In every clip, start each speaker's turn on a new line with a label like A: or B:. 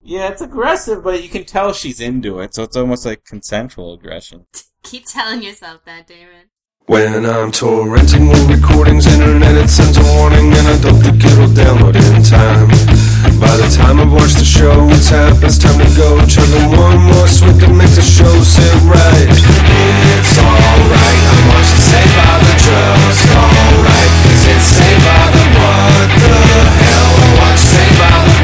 A: Yeah, it's aggressive, but you can tell she's into it, so it's almost like consensual aggression.
B: Keep telling yourself that, David.
C: When I'm torrenting new recordings, internet it sends a warning, and I don't think it'll download in time. By the time I've watched the show, it's half past time to go. Chugging one more sweet to make the show sit right. It's alright, I watched it Saved by the Drugs. Alright, cause it's Saved by the What the Hell. I watched Saved by the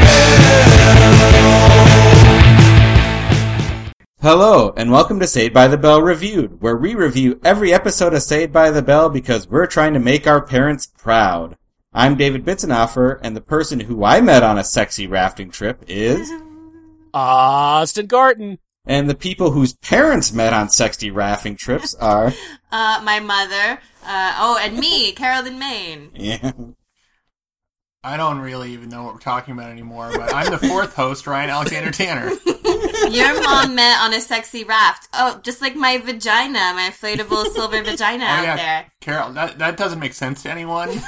A: Hello, and welcome to Saved by the Bell Reviewed, where we review every episode of Saved by the Bell because we're trying to make our parents proud. I'm David Bitzenoffer, and the person who I met on a sexy rafting trip is,
D: Austin Garten.
A: and the people whose parents met on sexy rafting trips are,
B: Uh, my mother. Uh, oh, and me, Carolyn Maine.
A: yeah,
E: I don't really even know what we're talking about anymore, but I'm the fourth host, Ryan Alexander Tanner. Oh,
B: Your mom met on a sexy raft. Oh, just like my vagina, my inflatable silver
E: Oh,
B: vagina out there.
E: Carol, that, that doesn't make sense to anyone. you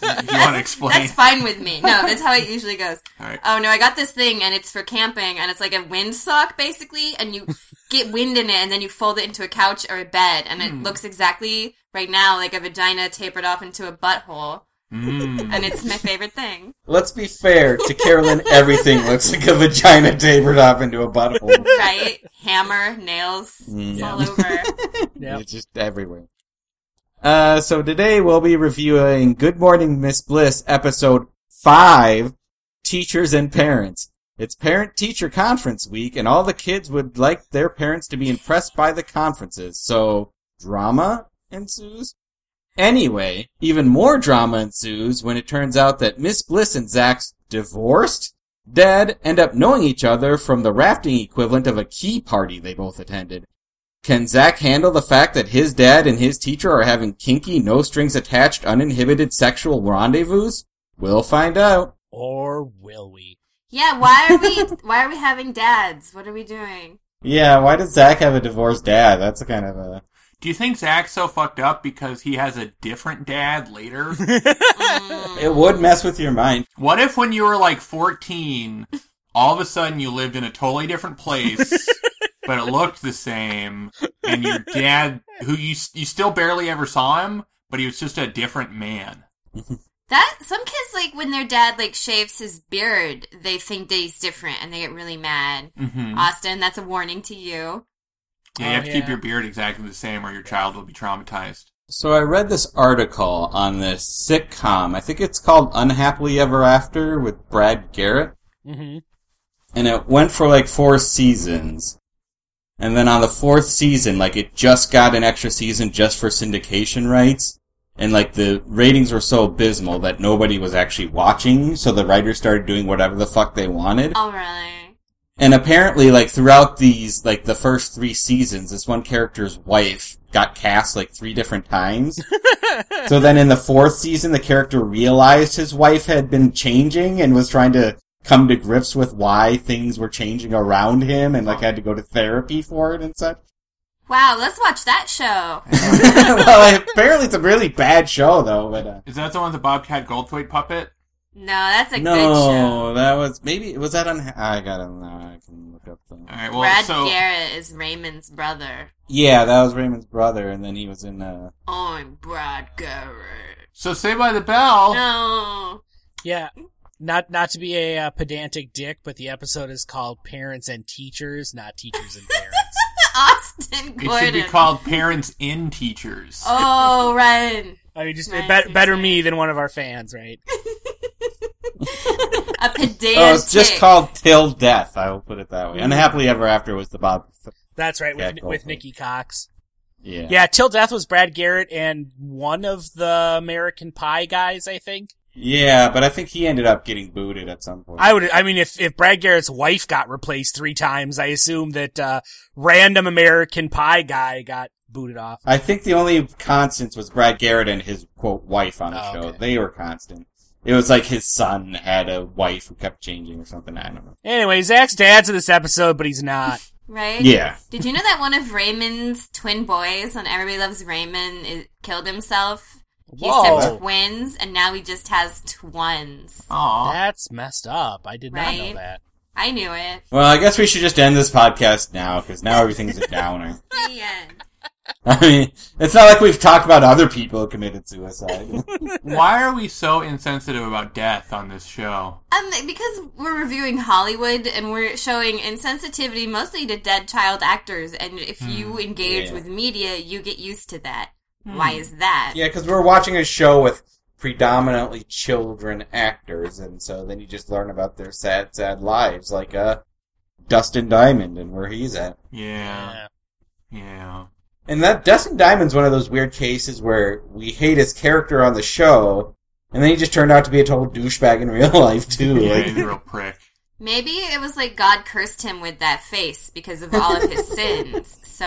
E: want to explain?
B: That's fine with me. No, that's how it usually goes.
E: All right.
B: Oh no, I got this thing and it's for camping and it's like a windsock basically and you get wind in it and then you fold it into a couch or a bed and
E: Hmm.
B: it looks exactly right now like a vagina tapered off into a butthole.
E: Hmm.
B: And it's my favorite thing.
A: let's be fair, to Carolyn, everything looks like a vagina tapered off into a butthole.
B: Right? Hammer, nails,
E: Mm,
B: it's all over.
D: Yep.
A: It's just everywhere. Uh, so today we'll be reviewing Good Morning Miss Bliss episode 5, Teachers and Parents. It's Parent Teacher Conference Week and all the kids would like their parents to be impressed by the conferences. So drama ensues. Anyway, even more drama ensues when it turns out that Miss Bliss and Zach's divorced dad end up knowing each other from the rafting equivalent of a key party they both attended. Can Zach handle the fact that his dad and his teacher are having kinky, no strings attached, uninhibited sexual rendezvous? We'll find out.
D: Or will we?
B: Yeah, why are we why are we having dads? What are we doing?
A: Yeah, why does Zach have a divorced dad? That's kind of a.
E: Do you think Zach's so fucked up because he has a different dad later?
B: Mm.
A: It would mess with your mind.
E: what if when you were like 14, all of a sudden you lived in a totally different place, but it looked the same, and your dad, who you, s- you still barely ever saw him, but he was just a different man?
B: That some kids like when their dad like shaves his beard, they think that he's different and they get really mad.
E: Mm-hmm.
B: Austin, that's a warning to you.
E: Yeah, you
D: Oh,
E: have to keep
D: yeah.
E: your beard exactly the same, or your child will be traumatized.
A: So I read this article on this sitcom. I think it's called Unhappily Ever After with Brad Garrett.
D: hmm
A: and it went for like four seasons. And then on the fourth season, like it just got an extra season just for syndication rights. And like the ratings were so abysmal that nobody was actually watching, so the writers started doing whatever the fuck they wanted.
B: Oh really?
A: And apparently, like throughout these, like the first three seasons, this one character's wife got cast like three different times. so then in the fourth season, the character realized his wife had been changing and was trying to come to grips with why things were changing around him and like had to go to therapy for it and such.
B: Wow, let's watch that show.
A: well, apparently it's a really bad show though, but. Uh,
E: Is that the one with the Bobcat Goldthwait puppet?
B: No, that's a good show.
A: no, that was maybe was that on? I gotta no, I can look up the.
E: All right, well,
B: Brad
E: so
B: Garrett is Raymond's brother.
A: Yeah, that was Raymond's brother, and then he was in uh,
B: I'm Brad Garrett.
E: so say by the bell.
B: No.
D: Yeah. Not not to be a uh, pedantic dick, but the episode is called "Parents and Teachers," not "Teachers and Parents."
B: Austin
E: It should
B: Gordon.
E: be called Parents in Teachers.
B: oh, Ryan.
D: I mean, just
B: Nice,
D: bet- better
B: nice.
D: me than one of our fans, right?
B: A pedantic.
A: Oh, it's just called Till Death. I will put it that way. Unhappily Ever After was the Bob.
D: That's right
A: Yeah,
D: with
A: go
D: with
A: for it.
D: Nikki Cox.
A: Yeah.
D: Yeah, Till Death was Brad Garrett and one of the American Pie guys, I think.
A: Yeah, but I think he ended up getting booted at some point.
D: I would, I mean, if, if Brad Garrett's wife got replaced three times, I assume that, uh, random American Pie guy got booted off.
A: I think the only constants was Brad Garrett and his quote wife on the
D: Oh,
A: show.
D: okay.
A: They were constant. It was like his son had a wife who kept changing or something. I don't know.
D: Anyway, Zach's dad's in this episode, but he's not.
B: Right?
A: Yeah.
B: Did you know that one of Raymond's twin boys on Everybody Loves Raymond is, killed himself? He
D: Whoa.
B: said twins, and now he just has twins.
E: Aw.
D: That's messed up. I did not know
B: Right.
D: that.
B: I knew it.
A: Well, I guess we should just end this podcast now because now everything's a downer.
B: The end.
A: I mean, it's not like we've talked about other people who committed suicide.
E: Why are we so insensitive about death on this show?
B: Um, because we're reviewing Hollywood and we're showing insensitivity mostly to dead child actors, and if you engage
A: Hmm. Yeah.
B: with media, you get used to that. Why is that?
A: yeah, because we're watching a show with predominantly children actors, and so then you just learn about their sad, sad lives, like uh, Dustin Diamond and where he's at.
E: Yeah.
D: Yeah.
E: Yeah.
A: And that Dustin Diamond's one of those weird cases where we hate his character on the show, and then he just turned out to be a total douchebag in real life too.
E: Yeah,
A: Like,
E: he's a real prick.
B: Maybe it was like God cursed him with that face because of all of his sins. So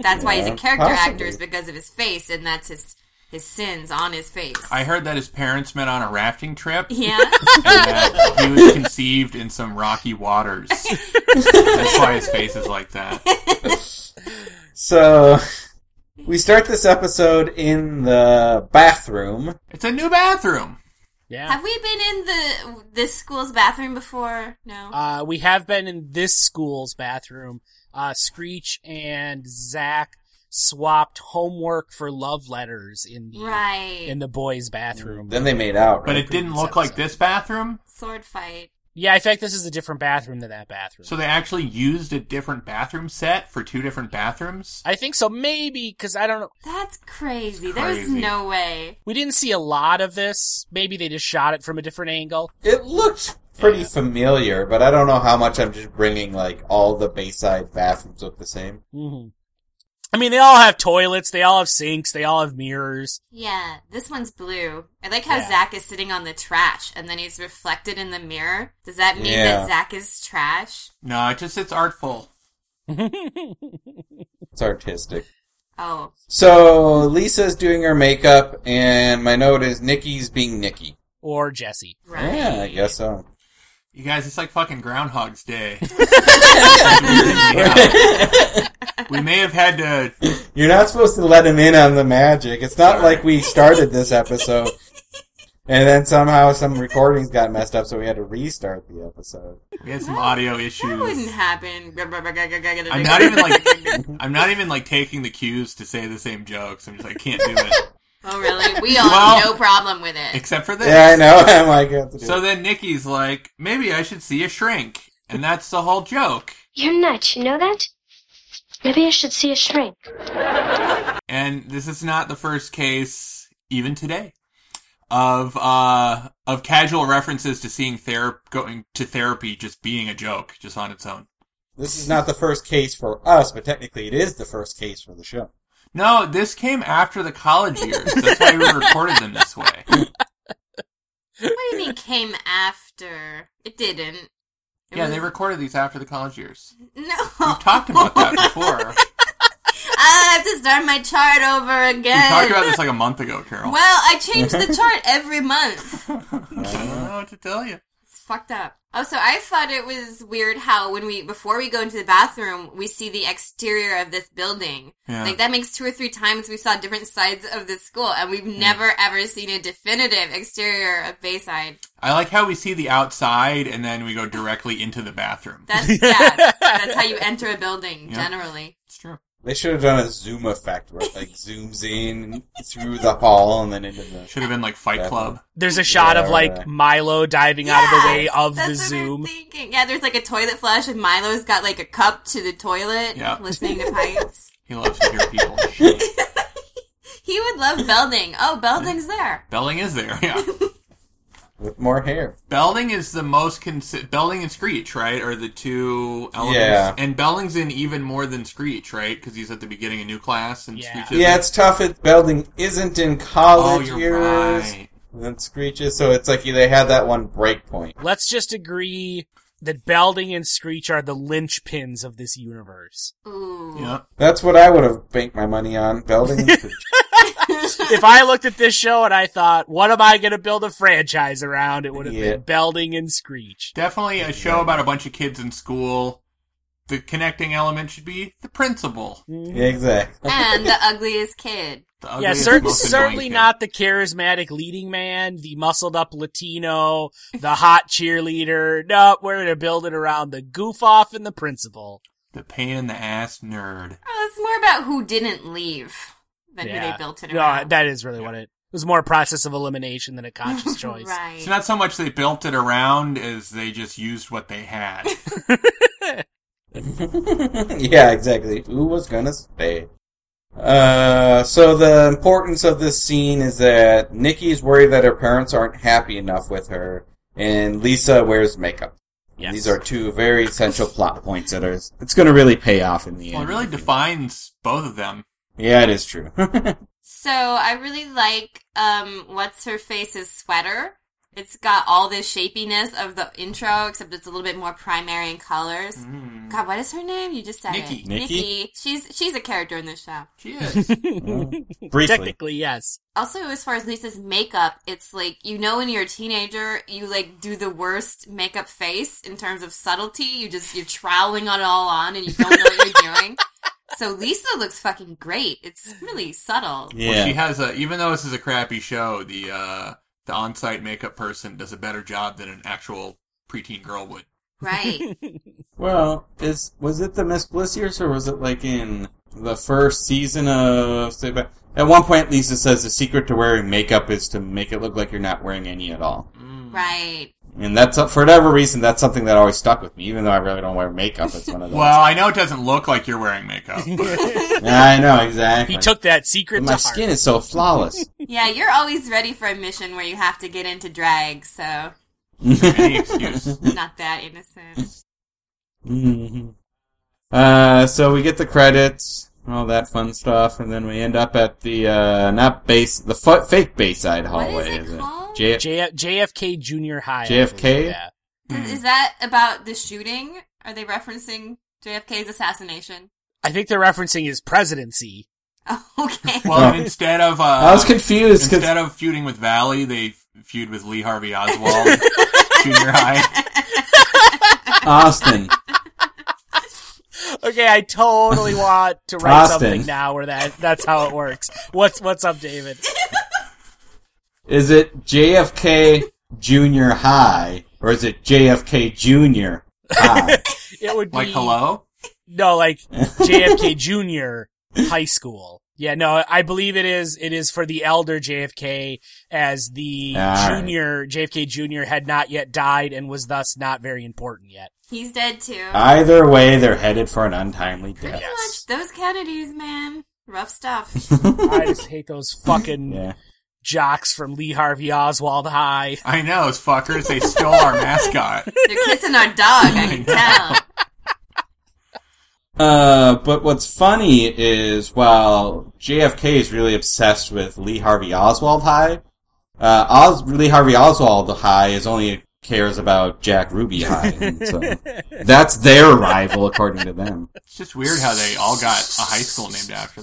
B: that's why he's
A: Yeah,
B: a character actor
A: possibly.
B: is because of his face, and that's his his sins on his face.
E: I heard that his parents met on a rafting trip and
B: yeah,
E: that he was conceived in some rocky waters. That's why his face is like that.
A: so we start this episode in the bathroom.
E: It's a new bathroom.
D: Yeah.
B: have we been in the this school's bathroom before? No.
D: Uh, we have been in this school's bathroom. Uh, Screech and Zach swapped homework for love letters in the
B: right.
D: in the boys' bathroom.
A: Then they made out,
E: But
A: right?
E: it didn't look like this bathroom,
B: Sword fight.
D: yeah, in fact, this is a different bathroom than that bathroom.
E: so they actually used a different bathroom set for two different bathrooms.
D: I think so, maybe because I don't know.
B: That's crazy. There's
E: Crazy.
B: no way.
D: We didn't see a lot of this. Maybe they just shot it from a different angle.
A: It looked pretty familiar, but I don't know how much I'm just bringing like all the Bayside bathrooms look the same.
D: hmm I mean, they all have toilets. They all have sinks. They all have mirrors.
B: Yeah, this one's blue. I like how
D: Yeah.
B: Zach is sitting on the trash and then he's reflected in the mirror. Does that mean
A: Yeah.
B: that Zach is trash?
E: No, it just it's artful.
A: It's artistic.
B: Oh,
A: So Lisa's doing her makeup, and my note is Nikki's being Nikki.
D: or Jesse.
B: right.
A: Yeah, I guess so.
E: You guys, it's like fucking Groundhog's Day. we may have had to
A: You're not supposed to let him in on the magic. It's not like we started this episode and then somehow some recordings got messed up, so we had to restart the episode.
E: we had some audio
B: That wouldn't
E: issues.
B: happen.
E: I'm not even like I'm not even like taking the cues to say the same jokes. I'm just like can't do it.
B: Oh, really? We all
E: Well-
B: have no problem with it.
E: Except for this.
A: Yeah, I know. I'm like, I have to do
E: So
A: it.
E: then Nikki's like, maybe I should see a shrink. And that's the whole joke.
F: You're nuts, you know that? Maybe I should see a shrink.
E: And this is not the first case, even today, of uh of casual references to seeing therapy going to therapy just being a joke, just on its own.
A: this is not the first case for us, but technically it is the first case for the show.
E: No, this came after the college years. That's why we recorded them this way.
B: What do you mean came after? It didn't. It
E: Yeah,
B: was-
E: they recorded these after the college years.
B: No.
E: We've talked about that before.
B: I have to start my chart over
E: We
B: again.
E: talked about this like a month ago, Carol.
B: well, I change the chart every month.
E: I don't know what to tell you.
B: It's fucked up. Also, I thought it was weird how when we before we go into the bathroom, we see the exterior of this building.
E: Yeah.
B: Like that makes two or three times we saw different sides of the school, and we've never ever seen a definitive exterior of Bayside.
E: I like how we see the outside and then we go directly into the bathroom.
B: That's yeah. that's how you enter a building
E: Yeah.
B: generally.
E: It's true.
A: They should have done a zoom effect where it like zooms in through the hall and then into the
E: Should have been like Fight
A: Yeah.
E: Club.
D: There's a shot of
A: Yeah.
D: like Milo diving out of the way of
B: that's
D: the
B: what I'm
D: zoom.
B: thinking. Yeah, there's like a toilet flush, and Milo's got like a cup to the toilet,
E: Yeah.
B: listening to pipes.
E: He loves to hear people. shit.
B: He would love Belding. Oh, Belding's there.
E: Belding is there, yeah.
A: with more hair.
E: Belding is the most consi- Belding and Screech, right? Are the two elements.
A: Yeah.
E: And Belding's in even more than Screech, right? Because he's at the beginning of new class and
D: Yeah.
E: Screech is
A: Yeah, it's tough. It, Belding isn't in
E: Oh,
A: college
E: you're
A: years.
E: right.
A: And then Screeches, so it's like they had that one break point.
D: Let's just agree that Belding and Screech are the linchpins of this universe.
B: Ooh.
E: Yeah.
A: That's what I would have banked my money on. Belding and Screech.
D: if I looked at this show and I thought, what am I going to build a franchise around? It would have
A: Yeah.
D: been Belding and Screech.
E: Definitely a show about a bunch of kids in school. The connecting element should be the principal.
A: yeah, exactly.
B: and the ugliest kid.
E: The
D: yeah,
E: ugliest,
D: cer-
E: most annoying
D: certainly
E: kid.
D: not the charismatic leading man, the muscled up Latino, the hot cheerleader. No, we're going to build it around the goof off and the principal.
E: The pain in the ass nerd.
B: Oh, it's more about who didn't leave than who
D: Yeah.
B: they built it
D: No,
B: around.
D: that is really what it, it was more a process of elimination than a conscious choice.
B: Right.
E: It's not so much they built it around as they just used what they had.
A: yeah, exactly. Who was gonna stay? Uh, so the importance of this scene is that Nikki's worried that her parents aren't happy enough with her, and Lisa wears makeup.
D: Yes.
A: These are two very essential plot points that are, it's gonna really pay off in the end.
E: well, it really defines both of them.
A: Yeah, it is true.
B: So I really like um what's her face's sweater. It's got all the shapiness of the intro, except it's a little bit more primary in colors.
E: Mm.
B: God, what is her name? You just said
E: Nikki.
B: it.
A: Nikki?
B: She's she's a character in this show.
E: She is.
A: Briefly.
D: Technically, yes.
B: Also, as far as Lisa's makeup, it's like you know when you're a teenager, you like do the worst makeup face in terms of subtlety. You just you're troweling it all on, and you don't know what you're doing. So Lisa looks fucking great. It's really subtle.
E: Well, she
A: Yeah.
E: has a. Even though this is a crappy show, the uh, the on-site makeup person does a better job than an actual preteen girl would.
B: Right.
A: Well, is, was it the Miss Bliss years or was it like in the first season of Stay Back? At one point, Lisa says the secret to wearing makeup is to make it look like you're not wearing any at all.
B: Right.
A: And that's for whatever reason, that's something that always stuck with me, even though I really don't wear makeup. It's one of those.
E: Well, I know it doesn't look like you're wearing makeup.
A: yeah, I know exactly.
D: He took that secret
A: my
D: to heart.
A: skin is so flawless.
B: Yeah, you're always ready for a mission where you have to get into drag, so
E: Any excuse.
B: not that innocent.
A: Mhm. uh, so we get the credits, all that fun stuff, and then we end up at the uh, not base, the fu- fake Bayside
B: What
A: hallway.
B: is it called?
A: J-
D: J- JFK Junior High. I
A: JFK?
D: believe, Yeah. Hmm.
E: Mm.
B: Is that about the shooting? Are they referencing JFK's assassination?
D: I think they're referencing his presidency.
B: Oh, okay.
E: Well, and instead of uh,
A: I was confused because
E: instead of feuding with Valley, they feud with Lee Harvey Oswald, junior high.
A: Austin.
D: Okay, I totally want to write
A: Austin.
D: something now where that that's how it works. What's what's up, David?
A: Is it JFK Junior High or is it JFK Junior High?
D: It would be
E: Like, hello.
D: No, like JFK Junior High School. Yeah, no, I believe it is. It is for the elder JFK, as the
A: All right.
D: junior JFK Junior had not yet died and was thus not very important yet.
B: He's dead too.
D: uh,
A: Either way, they're headed for an untimely death.
B: Pretty much those Kennedys, man. Rough stuff.
D: I just hate those fucking
A: Yeah.
D: jocks from Lee Harvey Oswald High.
E: I know, those fuckers. They stole our mascot.
B: They're kissing our dog, I
D: Oh
B: can tell.
A: Uh, but what's funny is while JFK is really obsessed with Lee Harvey Oswald High, uh, Os- Lee Harvey Oswald High is only cares about Jack Ruby High. And so that's their rival, according to them.
E: It's just weird how they all got a high school named after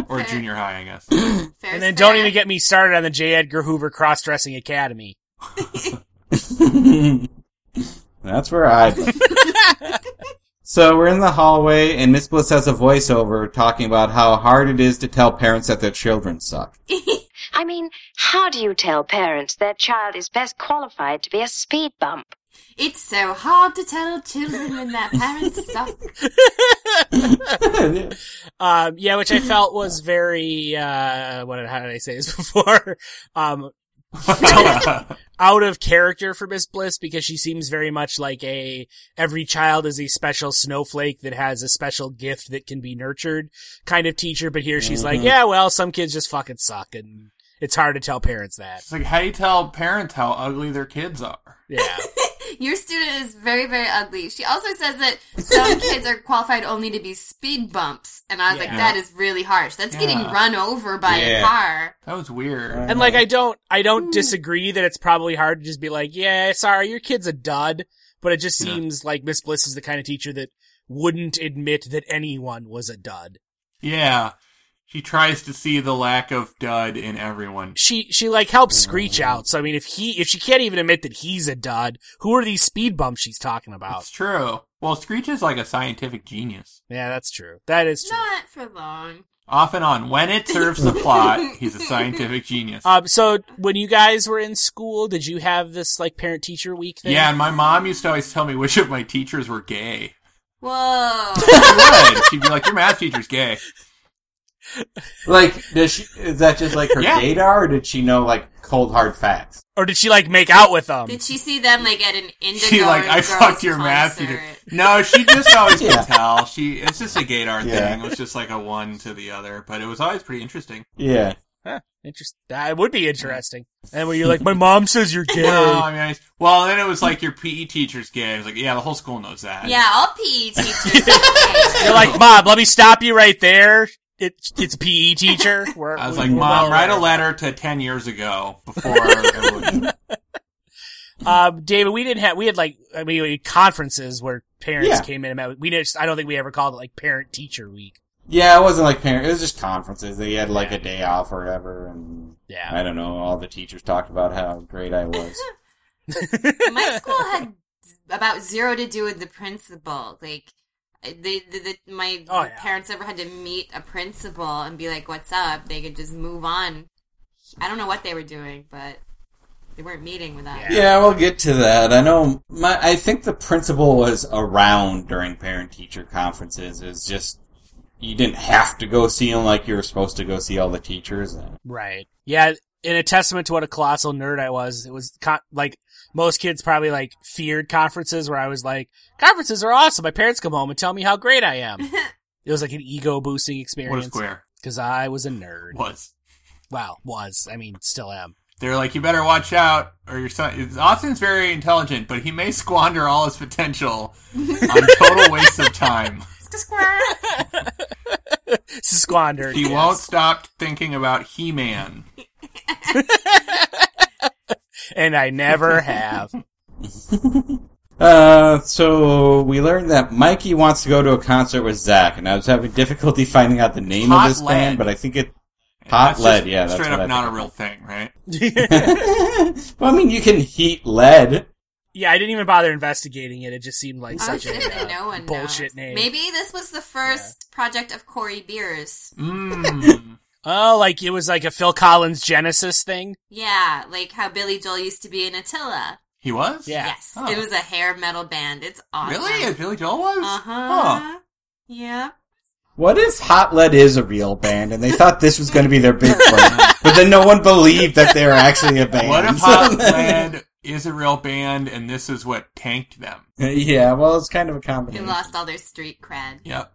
E: them, or junior high, I guess.
B: Fair
D: And
B: is
D: then don't
B: fair.
D: even get me started on the J. Edgar Hoover Cross Dressing Academy.
A: That's where I. so we're in the hallway, and Miss Bliss has a voiceover talking about how hard it is to tell parents that their children suck.
F: I mean, how do you tell parents their child is best qualified to be a speed bump?
B: It's so hard to tell children when their parents suck.
D: Um, yeah, which I felt was very, uh, what, how did I say this before? Um, out of character for Miss Bliss because she seems very much like a every child is a special snowflake that has a special gift that can be nurtured kind of teacher. But here she's like, yeah, well, some kids just fucking suck, and it's hard to tell parents that.
E: It's like how do you tell parents how ugly their kids are?
D: Yeah,
B: Your student is very, very ugly. She also says that some kids are qualified only to be speed bumps. And I was like,
D: Yeah.
B: that is really harsh. That's getting
E: Yeah.
B: run over by
A: Yeah.
B: a car.
E: That was weird.
A: Right.
D: and like I don't, I don't disagree that it's probably hard to just be like, yeah, sorry, your kid's a dud. But it just
E: Yeah.
D: seems like Miss Bliss is the kind of teacher that wouldn't admit that anyone was a dud.
E: Yeah. She tries to see the lack of dud in everyone.
D: she she like helps Screech
E: Mm.
D: out. So I mean, if he if she can't even admit that he's a dud, who are these speed bumps she's talking about?
E: It's true. Well, Screech is like a scientific genius.
D: Yeah, that's true. That is true.
B: Not for long.
E: Off and on, when it serves the plot, he's a scientific genius.
B: Uh,
D: Um, so when you guys were in school, did you have this like parent teacher week thing?
E: Yeah, and my mom used to always tell me which of my teachers were gay.
B: Whoa.
E: She would. She'd be like, "Your math teacher's gay."
A: Like, does she, is that just like her
E: Yeah.
A: data, or did she know like cold hard facts?
D: Or did she like make out with them?
B: Did she see them like at an indigo?
E: She like,
B: and
E: "I
B: Girls
E: fucked your
B: concert?
E: math teacher." No, she just always
A: Yeah.
E: could tell. She it's just a Gaydar
A: Yeah.
E: thing. It was just like a one to the other, but it was always pretty interesting.
A: Yeah.
D: Interest- that would be interesting. And where you're like, my mom says you're gay.
E: No, I mean, I- well, then it was like your PE teacher's gay. It was like, yeah, the whole school knows that.
B: Yeah, all PE teachers. are
D: You're like, Mom, let me stop you right there. It, it's a PE teacher. We're-
E: I was
D: we-
E: like,
D: we're
E: Mom,
D: well
E: write a
D: aware."
E: letter to ten years ago before. everyone-
D: Um, David, we didn't have, we had like, I mean, we had conferences where parents
A: Yeah.
D: came in and met. We just, I don't think we ever called it like parent teacher week.
A: Yeah, it wasn't like parent. It was just conferences. They had like a day off or whatever, and
D: Yeah.
A: I don't know. All the teachers talked about how great I was.
B: gay. My school had about zero to do with the principal. Like, they, the, the, my
D: Oh, yeah.
B: parents ever had to meet a principal and be like, "What's up?" They could just move on. I don't know what they were doing, but they weren't meeting with us.
A: yeah, we'll get to that. I know. My, I think the principal was around during parent teacher conferences. It was just you didn't have to go see him like you were supposed to go see all the teachers.
D: Right. Yeah. In a testament to what a colossal nerd I was, it was con- like most kids probably like feared conferences where I was like, conferences are awesome. My parents come home and tell me how great I am. it was like an ego boosting
E: what a
D: experience
E: square
D: because I was a nerd.
E: was.
D: Wow. Was. I mean, still am.
E: They're like, you better watch out, or your son. Austin's very intelligent, but he may squander all his potential on total waste of time.
D: Squandered.
E: He
D: yes.
E: won't stop thinking about He-Man.
D: And I never have.
A: Uh, so we learned that Mikey wants to go to a concert with Zach, and I was having difficulty finding out the name
E: Hot
A: of this band,
E: Lead.
A: but I think it.
E: And
A: Hot
E: that's
A: lead,
E: just
A: yeah, that's
E: straight
A: what I
E: up not a
A: think.
E: real thing, right?
A: well, I mean, you can heat lead.
D: Yeah, I didn't even bother investigating it. It just seemed like
B: I
D: such
B: should
D: a
B: have
D: uh,
B: no one
D: bullshit
B: knows.
D: name.
B: Maybe this was the first project of Corey Beers.
E: Mm.
D: Oh, like it was like a Phil Collins Genesis thing.
B: Yeah, like how Billy Joel used to be in Attila.
E: He was.
D: Yeah.
B: Yes,
E: Oh.
B: it was a hair metal band. It's awesome.
E: Really? Billy Joel was?
B: Uh
E: Huh.
B: huh. Yeah.
A: What if Hot Lead is a real band and they thought this was going to be their big break, but then no one believed that they were actually a band?
E: What if Hot Lead is a real band and this is what tanked them?
A: yeah, well, it's kind of a
B: They
A: combination.
B: lost all their street cred.
E: Yep.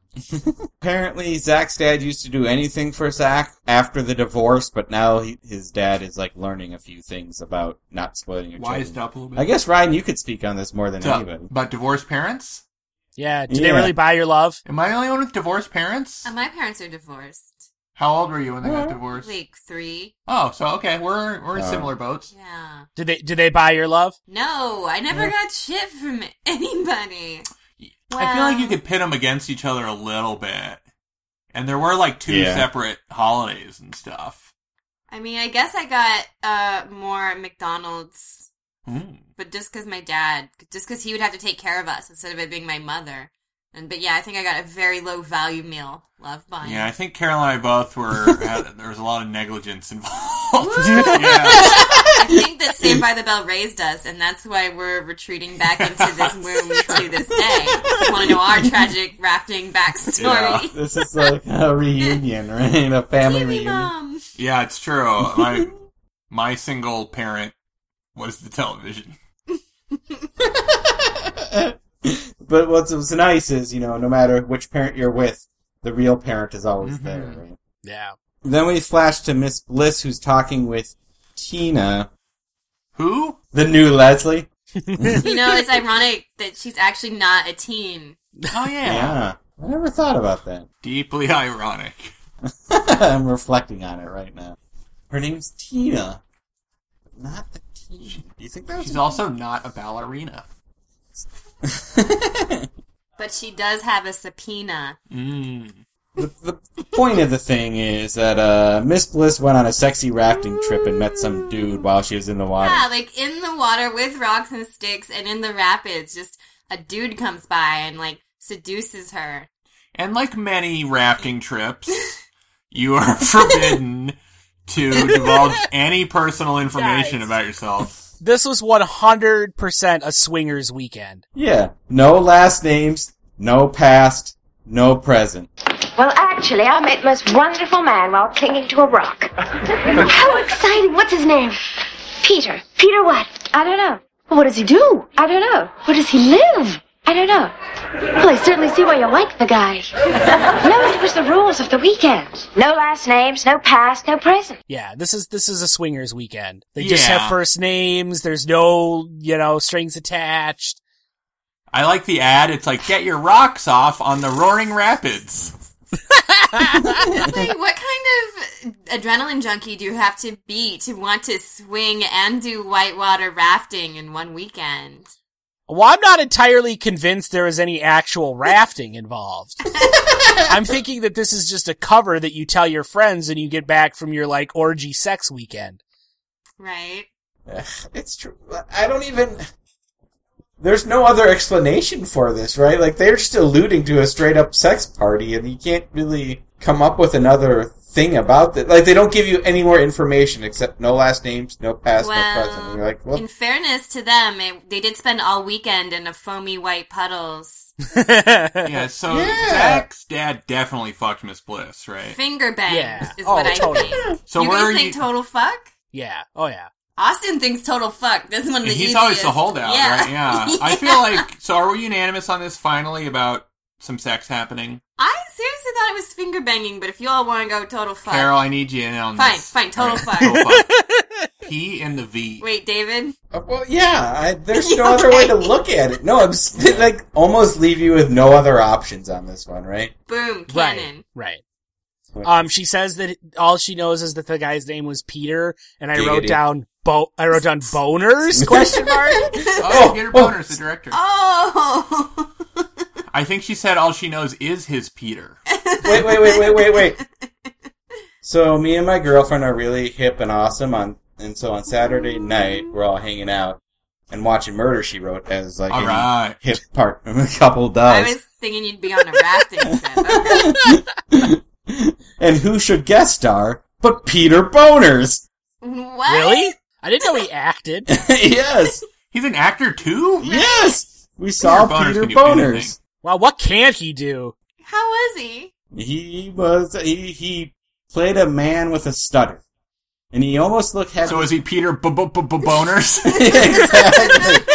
A: Apparently, Zach's dad used to do anything for Zach after the divorce, but now he, his dad is like learning a few things about not spoiling your
E: Wised
A: children.
E: up a little bit.
A: I guess Ryan, you could speak on this more than
E: What's up?
A: anybody.
E: About divorced parents?
D: Yeah. Did they
A: Yeah.
D: really buy your love?
E: Am I the only one with divorced parents?
B: Uh, my parents are divorced.
E: How old were you when they got
A: Well,
E: divorced?
B: Like three.
E: Oh, so okay, we're we're in
A: Uh,
E: similar boats.
B: Yeah.
D: Did they did they buy your love?
B: No, I never got shit from anybody.
E: I feel like
B: well-
E: you could pit them against each other a little bit, and there were like two
A: Yeah.
E: separate holidays and stuff.
B: I mean, I guess I got uh more McDonald's,
E: Mm.
B: but just because my dad, just because he would have to take care of us instead of it being my mother. And but yeah, I think I got a very low value meal. Love buying.
E: Yeah, I think Carol and I both were. had, there was a lot of negligence involved.
B: Woo!
E: yeah,
B: I think that Saved by the Bell raised us, and that's why we're retreating back into this womb to this day. Want to know our tragic rafting backstory?
A: This is like a reunion, right? A family
B: Baby
A: reunion.
B: mom.
E: yeah, it's true. My my single parent was the television.
A: but what's, what's nice is, you know, no matter which parent you're with, the real parent is always there,
E: Mhm.
A: right?
D: Yeah.
A: Then we flash to Miss Bliss, who's talking with Tina,
E: Who?
A: the new Leslie.
B: You know, it's ironic that she's actually not a teen.
E: Oh yeah,
A: Yeah. I never thought about that.
E: deeply ironic.
A: I'm reflecting on it right now. Her name's Tina. Not the Tina. Do you think that was
E: She's also not a ballerina.
B: But she does have a subpoena.
E: Mm.
A: the, the point of the thing is that uh, Miss Bliss went on a sexy rafting trip and met some dude while she was in the water.
B: Yeah, like in the water with rocks and sticks and in the rapids, just a dude comes by and like seduces her.
E: And like many rafting trips, you are forbidden to divulge any personal information
D: Guys.
E: about yourself.
D: This was 100% a swingers weekend.
A: Yeah. No last names, no past, no present.
F: Well, actually, I met the most wonderful man while clinging to a rock. How exciting! What's his name? Peter. Peter what? I don't know. What does he do? I don't know. Where does he live? I don't know. Well, I certainly see why you like the guy. no, it was the rules of the weekend. No last names, no past, no present.
D: Yeah, this is this is a swingers weekend. They just
E: Yeah.
D: have first names. There's no, you know, strings attached.
E: I like the ad. It's like, get your rocks off on the roaring rapids.
B: It's like, what kind of adrenaline junkie do you have to be to want to swing and do whitewater rafting in one weekend?
D: Well, I'm not entirely convinced there was any actual rafting involved. I'm thinking that this is just a cover that you tell your friends and you get back from your like orgy sex weekend.
B: Right?
A: It's true. I don't even. There's no other explanation for this, right? Like they're just alluding to a straight up sex party, and you can't really come up with another thing about it. Like they don't give you any more information except no last names, no past, no present. And you're like, well,
B: in fairness to them, it, they did spend all weekend in a foamy white puddles.
E: Yeah, so
A: Yeah.
E: Zach's dad definitely fucked Miss Bliss, right?
B: Finger bang
D: Yeah.
B: is
D: Oh,
B: what I
D: totally.
B: think.
E: So
B: you
E: where are
B: guys think
E: you?
B: total fuck?
D: yeah. Oh yeah.
B: Austin thinks total fuck. This is one of the
E: He's
B: easiest.
E: always the holdout, right? Yeah. I feel
B: Yeah.
E: like. So are we unanimous on this finally about some sex happening?
B: I seriously thought it was finger banging, but if you all want to go total fuck,
E: Carol, I need you in on
B: Fine,
E: this.
B: fine, total
E: All
B: fuck.
E: fuck. P and the V.
B: Wait, David.
A: uh, well, yeah. I, there's no other way to look at it. No, I'm just, like almost leave you with no other options on this one, right?
B: Boom, cannon.
D: Right. Right. Um, she says that all she knows is that the guy's name was Peter, and I wrote
A: Giggity.
D: down bo- I wrote down boners question mark.
E: Oh, Peter
A: oh.
E: Boner is the director.
B: Oh,
E: I think she said all she knows is his Peter.
A: wait, wait, wait, wait, wait, wait. So me and my girlfriend are really hip and awesome on, and so on Saturday night we're all hanging out and watching Murder She Wrote as like
E: All
A: any
E: right.
A: hip part couple
B: I
A: does.
B: was thinking you'd be on a rafting trip. Okay.
A: and who should guest star but Peter Boners?
B: What?
D: Really? I didn't know he acted.
A: yes,
E: He's an actor too?
A: yes. We saw
E: Boners
A: Peter
E: can do
A: Boners.
D: Wow, what can't he do?
B: How was he?
A: He was he he played a man with a stutter, and he almost looked happy.
E: So is he Peter b- b- b- Boners?
A: exactly.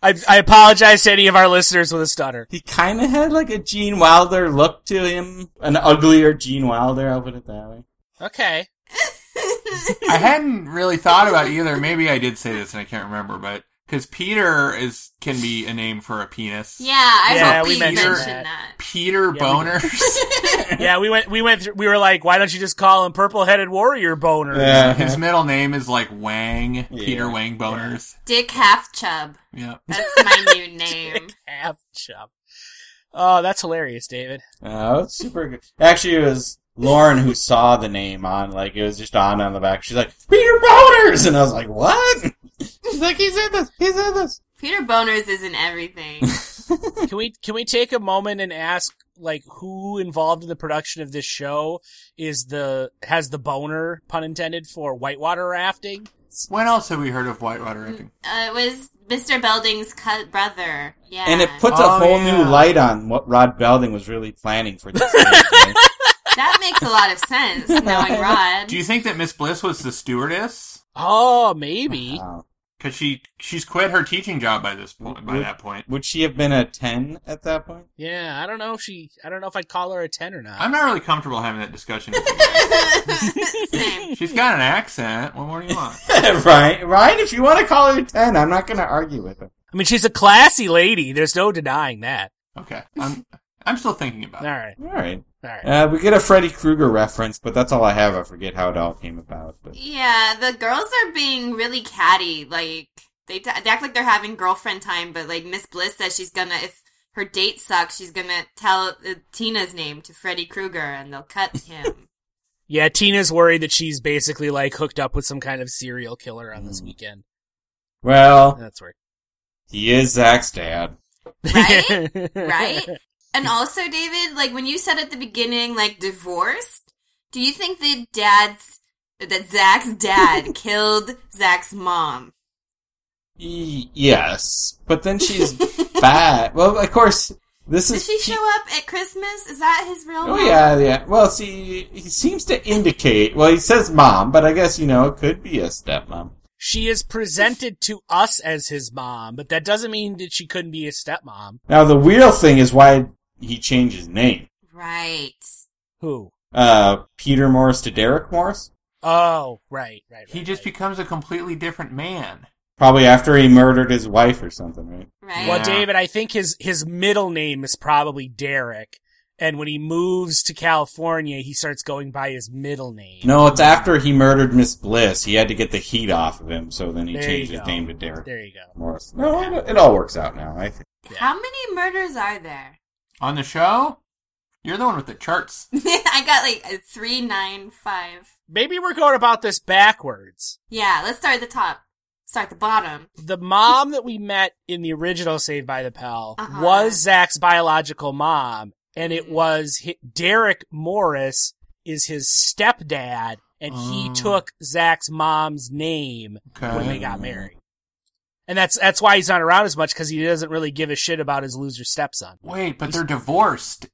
D: I, I apologize to any of our listeners with a stutter.
A: He kind of had like a Gene Wilder look to him, an uglier Gene Wilder. I'll put it that way.
D: Okay.
E: I hadn't really thought about it either. Maybe I did say this and I can't remember, but because Peter is can be a name for a penis.
B: Yeah, I
D: Yeah,
B: hope
D: we
B: we
D: mentioned
B: mentioned,
D: that.
B: that.
E: Peter
D: Yeah, we did.
E: Boners.
D: Yeah, we went we went through, we were like, why don't you just call him purple headed warrior boner?
E: His middle name is like Wang. Peter Wang Boners.
B: Dick Half Chub.
E: Yeah.
B: That's my new name.
D: Half chub. "Ah, Oh, that's hilarious, David.
A: Oh, it's super good. Actually, it was Lauren who saw the name on, like, it was just on on the back. She's like, Peter Boners! And I was like, what? She's like, he's in this, he's in this.
B: Peter Boners isn't everything.
D: Can we can we take a moment and ask like who involved in the production of this show is the has the boner pun intended for whitewater rafting?
E: When else have we heard of whitewater rafting?
B: Uh, it was Mr. Belding's cut brother. Yeah.
A: And it puts
E: Oh,
A: a whole
E: yeah.
A: new light on what Rod Belding was really planning for this. thing.
B: that makes a lot of sense, knowing Rod.
E: Do you think that Miss Bliss was the stewardess?
D: Oh, maybe.
A: Wow.
E: Because she she's quit her teaching job by this point. By that point,
A: Would she have been a 10 at that point?
D: Yeah, I don't know if she I don't know if I'd call her a ten or not.
E: I'm not really comfortable having that discussion. with you.
B: Same.
E: she's got an accent. What more do you want?
A: right, right? If you want to call her 10, I'm not going to argue with her.
D: I mean, she's a classy lady. There's no denying that.
E: Okay, I'm I'm still thinking about
D: All
E: it.
D: right,
A: All right.
D: all right.
A: Uh, we get a Freddy Krueger reference, but that's all I have. I forget how it all came about. But
B: Yeah, the girls are being really catty. Like they, t- they act like they're having girlfriend time, but like Miss Bliss says she's gonna if her date sucks, she's gonna tell uh, Tina's name to Freddy Krueger and they'll cut him.
D: Yeah, Tina's worried that she's basically like hooked up with some kind of serial killer on this weekend.
A: well,
D: That's where
A: He is Zach's dad.
B: Right? right? And also, David, like when you said at the beginning, like divorced, do you think that dad's that Zach's dad killed Zach's mom?
A: Y- yes, but then she's bad. Well, of course, this
B: Did
A: is.
B: she show up at Christmas? Is that his real
A: Oh
B: mom?
A: yeah, yeah. Well, see, he seems to indicate. Well, he says mom, but I guess you know it could be a stepmom.
D: she is presented to us as his mom, but that doesn't mean that she couldn't be his stepmom.
A: Now the real thing is why he changed his name,
B: Right.
D: Who?
A: uh, Peter Morris to Derek Morris,
D: Oh, right, right.
E: He
D: right,
E: just
D: right.
E: becomes a completely different man.
A: probably after he murdered his wife or something, right?
B: Right.
D: Well,
E: Yeah.
D: David, I think his his middle name is probably Derek, and when he moves to California, he starts going by his middle name.
A: No, it's after he murdered Miss Bliss. He had to get the heat off of him, so then he
D: There
A: changed
D: you
A: his
D: go.
A: name to Derek
D: There you go.
A: Morris. No, it, it all works out now. I think.
B: How many murders are there?
E: On the show, you're the one with the charts.
B: I got like a three nine five.
D: Maybe we're going about this backwards.
B: Yeah, let's start at the top. Start at the bottom.
D: The mom that we met in the original Saved by the Bell
B: Uh-huh. Mm.
D: was Zach's biological mom, and it was hi Derek Morris is his stepdad, and he
E: Oh.
D: took Zach's mom's name when they
E: Okay.
D: got married. And that's that's why he's not around as much because he doesn't really give a shit about his loser stepson.
E: Wait, but they're divorced.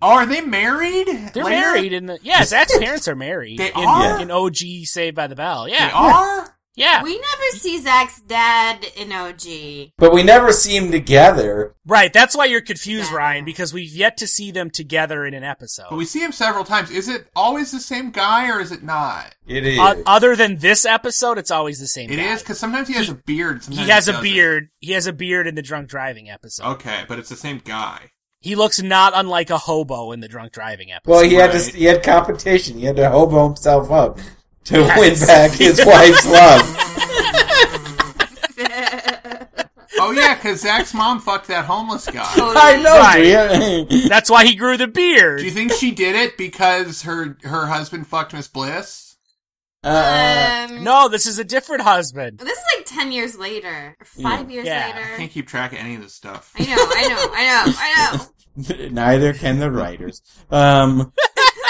E: Oh, are they married?
D: They're
E: Later?
D: married in the yeah. Zach's parents are married.
E: They
D: in,
E: are?
D: in OG Saved by the Bell.
E: They
D: Yeah,
E: are.
D: yeah,
B: We never see Zach's dad in OG.
A: But we never see him together.
D: right. That's why you're confused,
B: Yeah.
D: Ryan, because we've yet to see them together in an episode.
E: But we see him several times. Is it always the same guy or is it not?
A: It is.
D: O- other than this episode, it's always the same.
E: It
D: guy.
E: is because sometimes he has
D: He-
E: a beard. Sometimes
D: He has a
E: doesn't.
D: beard. He has a beard in the drunk driving episode.
E: Okay, but it's the same guy.
D: He looks not unlike a hobo in the drunk driving episode.
A: well, he had
E: Right.
A: to, he had competition. He had to hobo himself up to
D: Yes.
A: win back his wife's love.
E: Oh yeah, because Zach's mom fucked that homeless guy.
A: I know.
D: Right.
A: dude.
D: That's why he grew the beard.
E: Do you think she did it because her her husband fucked Miss Bliss?
A: Uh,
B: Um,
D: no, this is a different husband.
B: This is like 10 years later, or
E: Mm,
B: five years
D: Yeah.
E: I
B: later.
E: can't keep track of any of this stuff.
B: I know, I know, I know, I know.
A: neither can the writers. Um,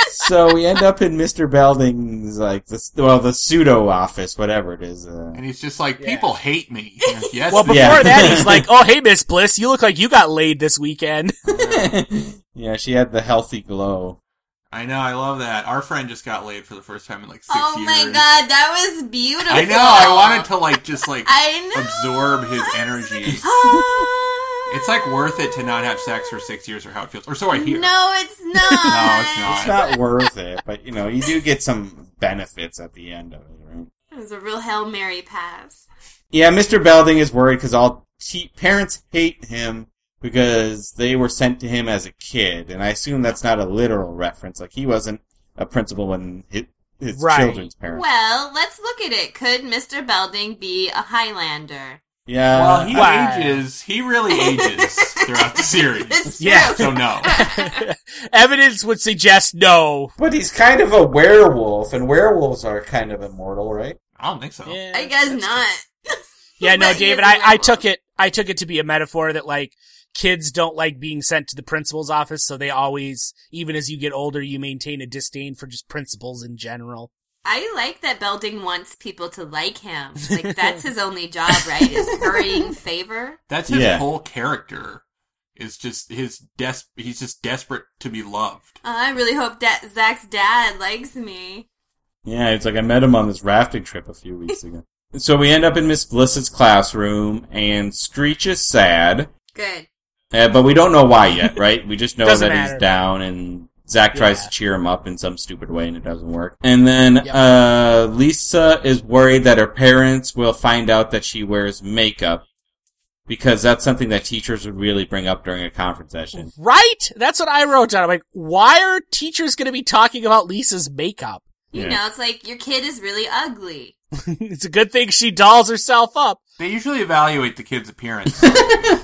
A: so we end up in Mr. Belding's like the well the pseudo office, whatever it is. Uh,
E: And he's just like,
D: Yeah.
E: people hate me. And it's, yes,
D: Well,
E: they
D: before
A: Yeah.
D: that, he's like, "Oh, hey, Miss Bliss, you look like you got laid this weekend."
A: yeah, she had the healthy glow.
E: I know, I love that. Our friend just got laid for the first time in like six
B: Oh
E: years.
B: my god, that was beautiful.
E: I know, I wanted to like just like
B: I Oh, know. Ah.
E: absorb his
B: I'm
E: energy.
B: sorry.
E: It's like worth it to not have sex for six years or how it feels. Or so I hear.
B: No, it's not.
E: No, it's not.
A: It's not worth it, but you know you do get some benefits at the end of it, right?
B: It was a real Hail Mary pass.
A: Yeah, Mr. Belding is worried because all te- parents hate him because they were sent to him as a kid, and I assume that's not a literal reference. Like he wasn't a principal when his, his
D: Right.
A: children's parents.
B: Well, let's look at it. Could Mr. Belding be a Highlander?
A: yeah,
E: Well, he
D: Wow.
E: ages. He really ages throughout the series.
B: It's
D: Yeah.
B: true.
E: So no.
D: Evidence would suggest no.
A: but he's kind of a werewolf, and werewolves are kind of immortal, right?
E: I don't think so.
B: I guess
D: that's-
B: not.
D: Yeah, no,
B: But he
D: David,
B: is
D: I, I
B: adorable.
D: took it. I took it to be a metaphor that like kids don't like being sent to the principal's office, so they always, even as you get older, you maintain a disdain for just principals in general.
B: I like that Belding wants people to like him. Like that's his only job, right? Is currying favor.
E: That's his
A: Yeah.
E: whole character. Is just his des. He's just desperate to be loved.
B: Uh, I really hope that Zach's dad likes me.
A: Yeah, it's like I met him on this rafting trip a few weeks ago. so we end up in Miss Bliss's classroom, and Screech is sad.
B: Good.
A: Uh, but we don't know why yet, right? We just know that
D: Doesn't matter.
A: he's down and Zach tries
D: Yeah.
A: to cheer him up in some stupid way and it doesn't work. And then
D: Yep.
A: uh Lisa is worried that her parents will find out that she wears makeup because that's something that teachers would really bring up during a conference session.
D: Right? That's what I wrote down. I'm like, why are teachers going to be talking about Lisa's makeup?
B: You
A: Yeah.
B: know, it's like your kid is really ugly.
D: it's a good thing she dolls herself up.
E: They usually evaluate the kid's appearance.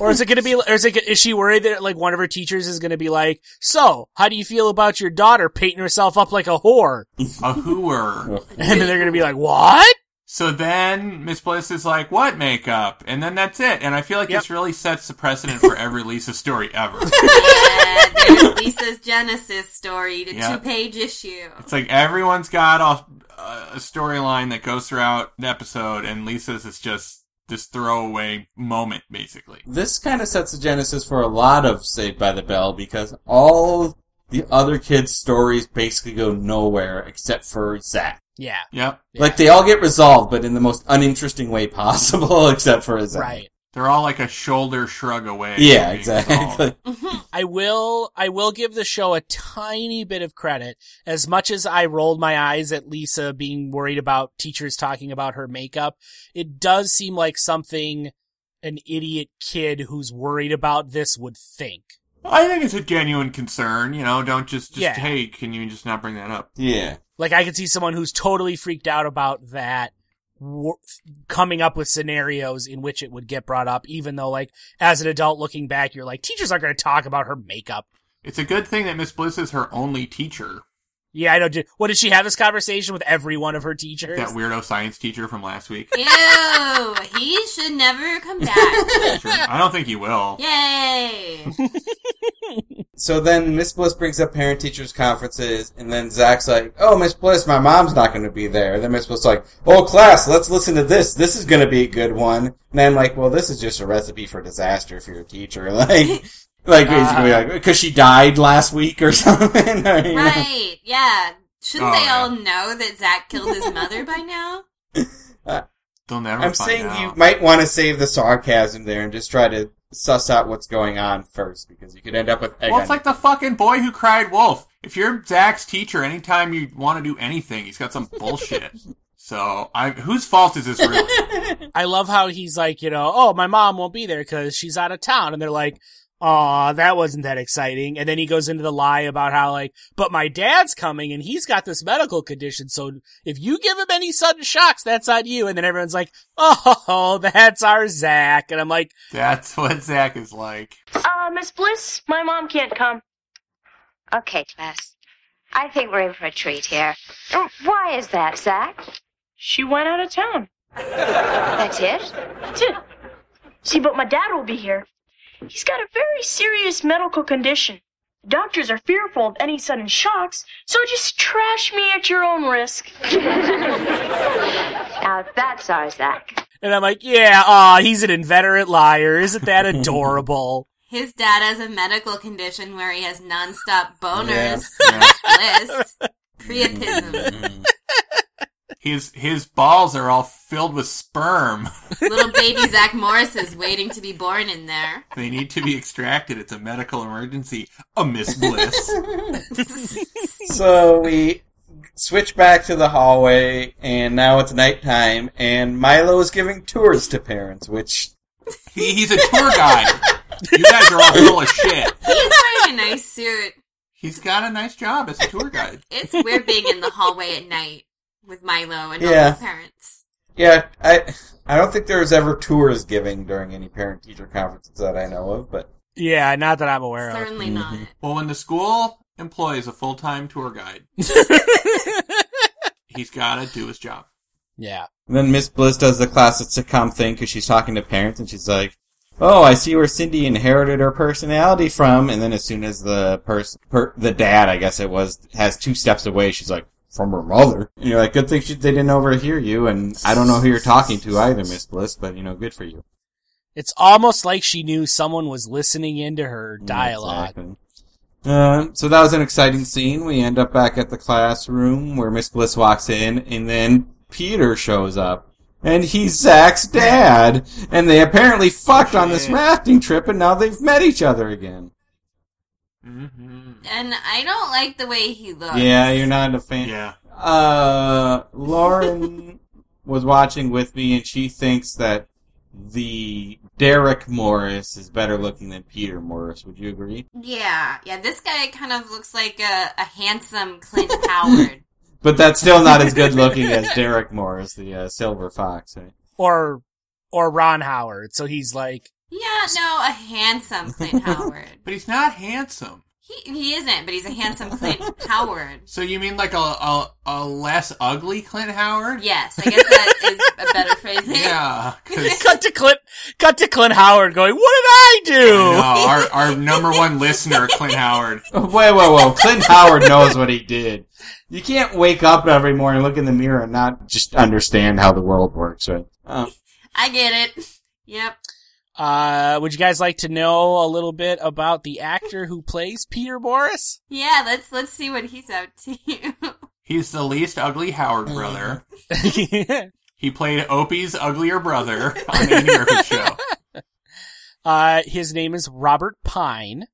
D: Or is it going to be? Or is it? Is she worried that like one of her teachers is going to be like, "So, how do you feel about your daughter painting herself up like a whore?"
E: a hooer.
D: And then they're going to be like, "What?"
E: So then Miss Bliss is like, "What makeup?" And then that's it. And I feel like
D: Yep.
E: this really sets the precedent for every Lisa story ever.
B: Yeah, there's Lisa's Genesis story, the
E: Yeah.
B: two page issue.
E: It's like everyone's got a, a storyline that goes throughout the episode, and Lisa's is just this throwaway moment, basically.
A: This kind of sets the genesis for a lot of Saved by the Bell because all the other kids' stories basically go nowhere except for Zach.
D: Yeah.
E: Yep.
D: Yeah.
A: Like they all get resolved, but in the most uninteresting way possible, except for Zach.
D: Right.
E: They're all like a shoulder shrug away.
A: Yeah,
E: from being resolved.
A: exactly.
D: I will I will give the show a tiny bit of credit. As much as I rolled my eyes at Lisa being worried about teachers talking about her makeup, it does seem like something an idiot kid who's worried about this would think.
E: I think it's a genuine concern, you know, don't just, just
D: Yeah.
E: hey, can you just not bring that up?
A: yeah.
D: Like I could see someone who's totally freaked out about that wor- coming up with scenarios in which it would get brought up even though like as an adult looking back you're like teachers aren't going to talk about her makeup.
E: It's a good thing that Miss Bliss is her only teacher.
D: Yeah, I know. Did- What did she have this conversation with every one of her teachers?
E: That weirdo science teacher from last week.
B: Ew, he should never come back.
E: I don't think he will.
B: Yay!
A: So then Miss Bliss brings up parent teachers conferences, and then Zach's like, "Oh, Miss Bliss, my mom's not going to be there." And then Miss Bliss is like, "Oh, class, let's listen to this. This is going to be a good one." And I'm like, "Well, this is just a recipe for disaster if you're a teacher." Like, like basically, like because she died last week or something. or, you know.
B: Right, yeah. Shouldn't
E: Oh,
B: they
E: yeah.
B: all know that Zach killed his mother by now?
E: They'll never
A: I'm
E: find
A: saying
E: out.
A: you might want to save the sarcasm there and just try to suss out what's going on first, because you could end up with egg
E: Well,
A: on
E: it's like the fucking boy who cried wolf. If you're Zach's teacher, anytime you want to do anything, he's got some bullshit. So, I whose fault is this really?
D: I love how he's like, you know, oh, my mom won't be there because she's out of town. And they're like, aw, that wasn't that exciting. And then he goes into the lie about how, like, but my dad's coming and he's got this medical condition. So if you give him any sudden shocks, that's on you. And then everyone's like, oh, that's our Zach. And I'm like,
E: That's what Zach is like.
F: Uh, Miss Bliss, my mom can't come. Okay, class. I think we're in for a treat here. Uh, Why is that, Zach?
G: She went out of town.
F: That's it?
G: That's it. See, but my dad will be here. He's got a very serious medical condition. Doctors are fearful of any sudden shocks, so just trash me at your own risk.
F: Now that's our Zach.
D: and I'm like, yeah, aw, he's an inveterate liar. Isn't that adorable?
B: His dad has a medical condition where he has nonstop boners.
E: Yeah.
B: Bliss. Priapism.
E: His his balls are all filled with sperm.
B: Little baby Zach Morris is waiting to be born in there.
E: They need to be extracted. It's a medical emergency. A Miss Bliss.
A: So we switch back to the hallway, and now it's nighttime, and Milo is giving tours to parents, which
E: He, he's a tour guide. You guys are all full of shit.
B: He's wearing a nice suit.
E: He's got a nice job as a tour guide.
B: It's weird being in the hallway at night with Milo and all
A: Yeah.
B: his parents.
A: yeah, I I don't think there was ever tours giving during any parent teacher conferences that I know of, but
D: yeah, not that I'm aware of.
B: Certainly not.
E: Well, when the school employs a full time tour guide, he's got to do his job.
D: Yeah.
A: and then Miss Bliss does the classic sitcom thing because she's talking to parents, and she's like. Oh, I see where Cindy inherited her personality from. And then, as soon as the person, per- the dad, I guess it was, has two steps away, she's like, "From her mother." And you're like, "Good thing she, they didn't overhear you." And I don't know who you're talking to either, Miss Bliss, but you know, good for you.
D: It's almost like she knew someone was listening into her dialogue.
A: Exactly. Uh, so that was an exciting scene. We end up back at the classroom where Miss Bliss walks in, and then Peter shows up. And he's Zach's dad. And they apparently fucked on this
E: Shit.
A: rafting trip, and now they've met each other again.
E: hmm
B: And I don't like the way he looks.
A: Yeah, you're not a fan.
E: Yeah.
A: Uh, Lauren was watching with me, and she thinks that the Derek Morris is better looking than Peter Morris. Would you agree?
B: Yeah, yeah. This guy kind of looks like a, a handsome Clint Howard.
A: But that's still not as good looking as Derek Morris, the uh, Silver Fox. Right?
D: or or Ron Howard. So he's like,
B: Yeah, no, a handsome Clint Howard.
E: But he's not handsome.
B: He he isn't, but he's a handsome Clint Howard.
E: So you mean like a a, a less ugly Clint Howard?
B: Yes, I guess that is a better phrasing.
E: Yeah. 'cause-
D: cut to Clint, cut to Clint Howard going, what did I do?
E: no, our our number one listener, Clint Howard.
A: Wait, Oh, whoa, whoa. Clint Howard knows what he did. You can't wake up every morning, look in the mirror, and not just understand how the world works, right? Uh,
B: I get it. Yep.
D: Uh, would you guys like to know a little bit about the actor who plays Peter Boris?
B: Yeah, let's let's see what he's up to.
E: He's the least ugly Howard brother.
D: uh,
E: He played Opie's uglier brother on the Andy Griffith Show.
D: Uh, his name is Robert Pine,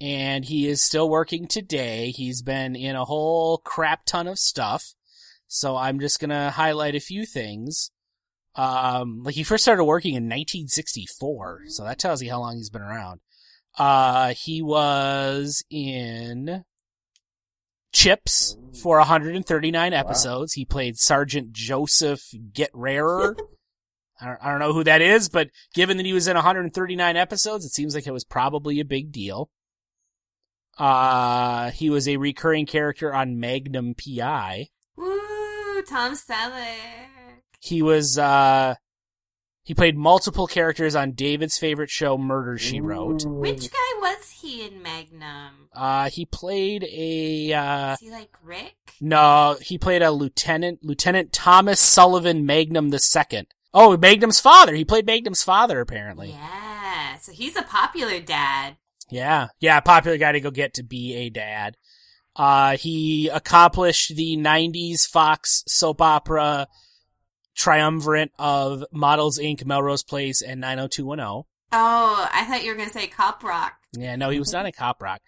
D: and he is still working today. He's been in a whole crap ton of stuff, so I'm just gonna highlight a few things. Um, like he first started working in 1964, so that tells you how long he's been around. Uh, he was in Chips for 139 episodes. He played Sergeant Joseph Get Rarer. I don't- I don't know who that is, but given that he was in 139 episodes, it seems like it was probably a big deal. Uh, he was a recurring character on Magnum PI.
B: Woo, Tom Selleck.
D: He was, uh, he played multiple characters on David's favorite show, Murder, She Wrote.
B: Which guy was he in Magnum?
D: Uh, he played a, uh,
B: Is he like Rick?
D: no, he played a lieutenant, Lieutenant Thomas Sullivan Magnum the second. Oh, Magnum's father. He played Magnum's father, apparently.
B: Yeah. So he's a popular dad.
D: Yeah. Yeah. Popular guy to go get to be a dad. Uh, he accomplished the 90s Fox soap opera triumvirate of Models Inc., Melrose Place, and 90210.
B: Oh, I thought you were gonna say Cop Rock.
D: Yeah. No, he was not in Cop Rock.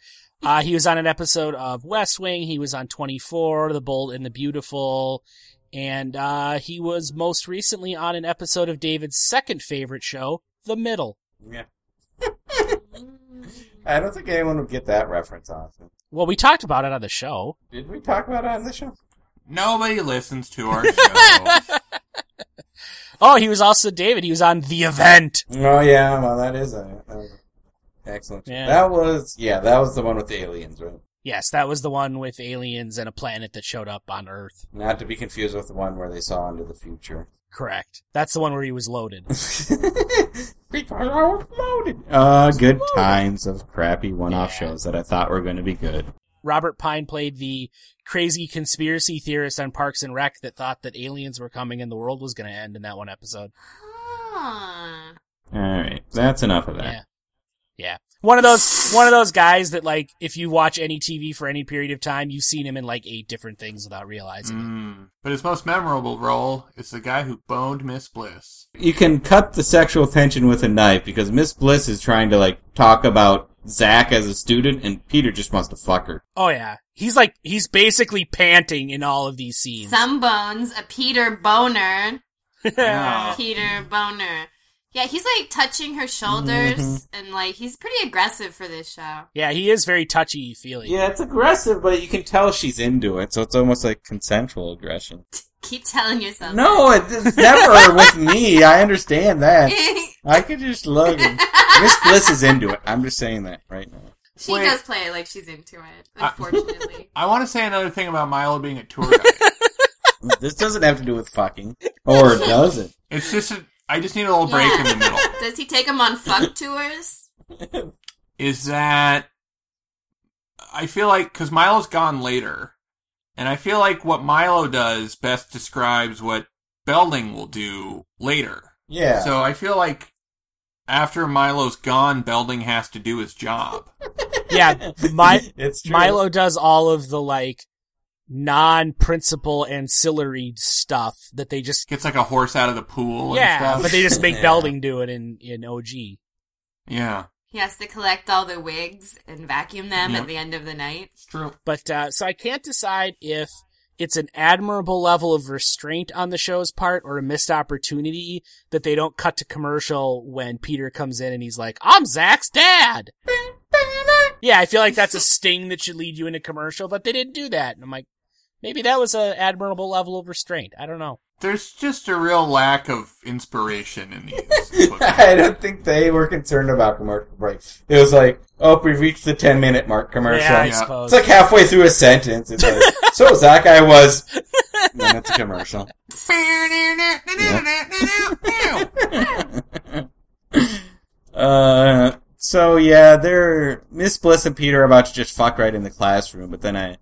D: Uh, he was on an episode of West Wing. He was on 24, The Bold and the Beautiful. And, uh, he was most recently on an episode of David's second favorite show, The Middle.
A: yeah. I don't think anyone would get that reference, honestly.
D: Well, we talked about it on the show.
A: Did we talk about it on the show?
E: Nobody listens to our show.
D: Oh, he was also David. He was on The Event.
A: Oh, yeah. Well, that is a, that was a- excellent.
D: Yeah.
A: That was, yeah, that was the one with the aliens, right?
D: Yes, that was the one with aliens and a planet that showed up on Earth.
A: Not to be confused with the one where they saw into the future.
D: Correct. That's the one where he was loaded.
A: because I was loaded. Uh, good times of crappy one-off shows that I thought were going to be good.
D: Robert Pine played the crazy conspiracy theorist on Parks and Rec that thought that aliens were coming and the world was going to end in that one episode.
B: Huh.
A: All right, that's enough of that.
D: Yeah. One of those one of those guys that like if you watch any TV for any period of time, you've seen him in like eight different things without realizing it.
E: Mm. But his most memorable role is the guy who boned Miss Bliss.
A: You can cut the sexual tension with a knife because Miss Bliss is trying to like talk about Zach as a student, and Peter just wants to fuck her.
D: Oh yeah. He's like he's basically panting in all of these scenes.
B: Some bones, a Peter Boner.
E: Yeah.
B: Peter Boner. Yeah, he's like touching her shoulders
E: Mm-hmm.
B: and like he's pretty aggressive for this show.
D: yeah, he is very touchy feely.
A: Yeah, it's aggressive, but you can tell she's into it, so it's almost like consensual aggression.
B: Keep telling yourself.
A: No, it- it's never with me. I understand that. I could just love it. Miss Bliss is into it. I'm just saying that right now.
B: she
E: Wait.
B: does play it like she's into it, unfortunately.
E: I want to say another thing about Milo being a tour guide.
A: This doesn't have to do with fucking, or does it?
E: it's just a, I just need a little break in the middle.
B: Does he take him on fuck tours?
E: Is that I feel like because Milo's gone later, and I feel like what Milo does best describes what Belding will do later.
A: Yeah.
E: So I feel like after Milo's gone, Belding has to do his job.
D: yeah, my,
A: it's true.
D: Milo does all of the like non-principal ancillary stuff that they just
E: Gets like a horse out of the pool. and
D: yeah,
E: stuff.
D: but they just make
A: Yeah.
D: Belding do it in in OG.
E: yeah,
B: He has to collect all the wigs and vacuum them
E: Yep.
B: at the end of the night.
E: it's true.
D: But uh, so I can't decide if it's an admirable level of restraint on the show's part or a missed opportunity that they don't cut to commercial when Peter comes in and he's like, "I'm Zach's dad." Yeah, I feel like that's a sting that should lead you into commercial, but they didn't do that. And I'm like, maybe that was an admirable level of restraint. I don't know.
E: There's just a real lack of inspiration in these. is what-
A: I don't think they were concerned about commercial breaks. It was like, oh, we reached the 10 minute mark commercial.
D: Yeah, I
E: Yeah.
D: suppose.
A: It's like halfway through a sentence. It's like, so that guy was. And that's a commercial. Uh, so yeah, they're Miss Bliss and Peter are about to just fuck right in the classroom, but then I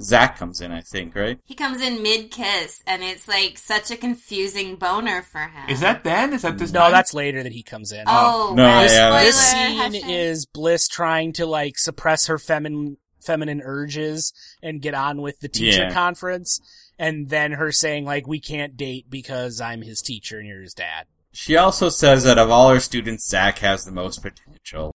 A: Zach comes in, I think, right?
B: He comes in mid kiss, and it's like such a confusing boner for him.
E: Is that then? Is that this?
D: no,
E: time?
D: that's later that he comes in.
B: Oh,
A: No,
B: right.
D: this,
A: yeah,
D: this
B: Spoiler,
D: scene
B: hashtag.
D: is Bliss trying to like suppress her feminine feminine urges and get on with the teacher
A: Yeah.
D: conference, and then her saying like we can't date because I'm his teacher and you're his dad.
A: She also says that of all her students, Zach has the most potential,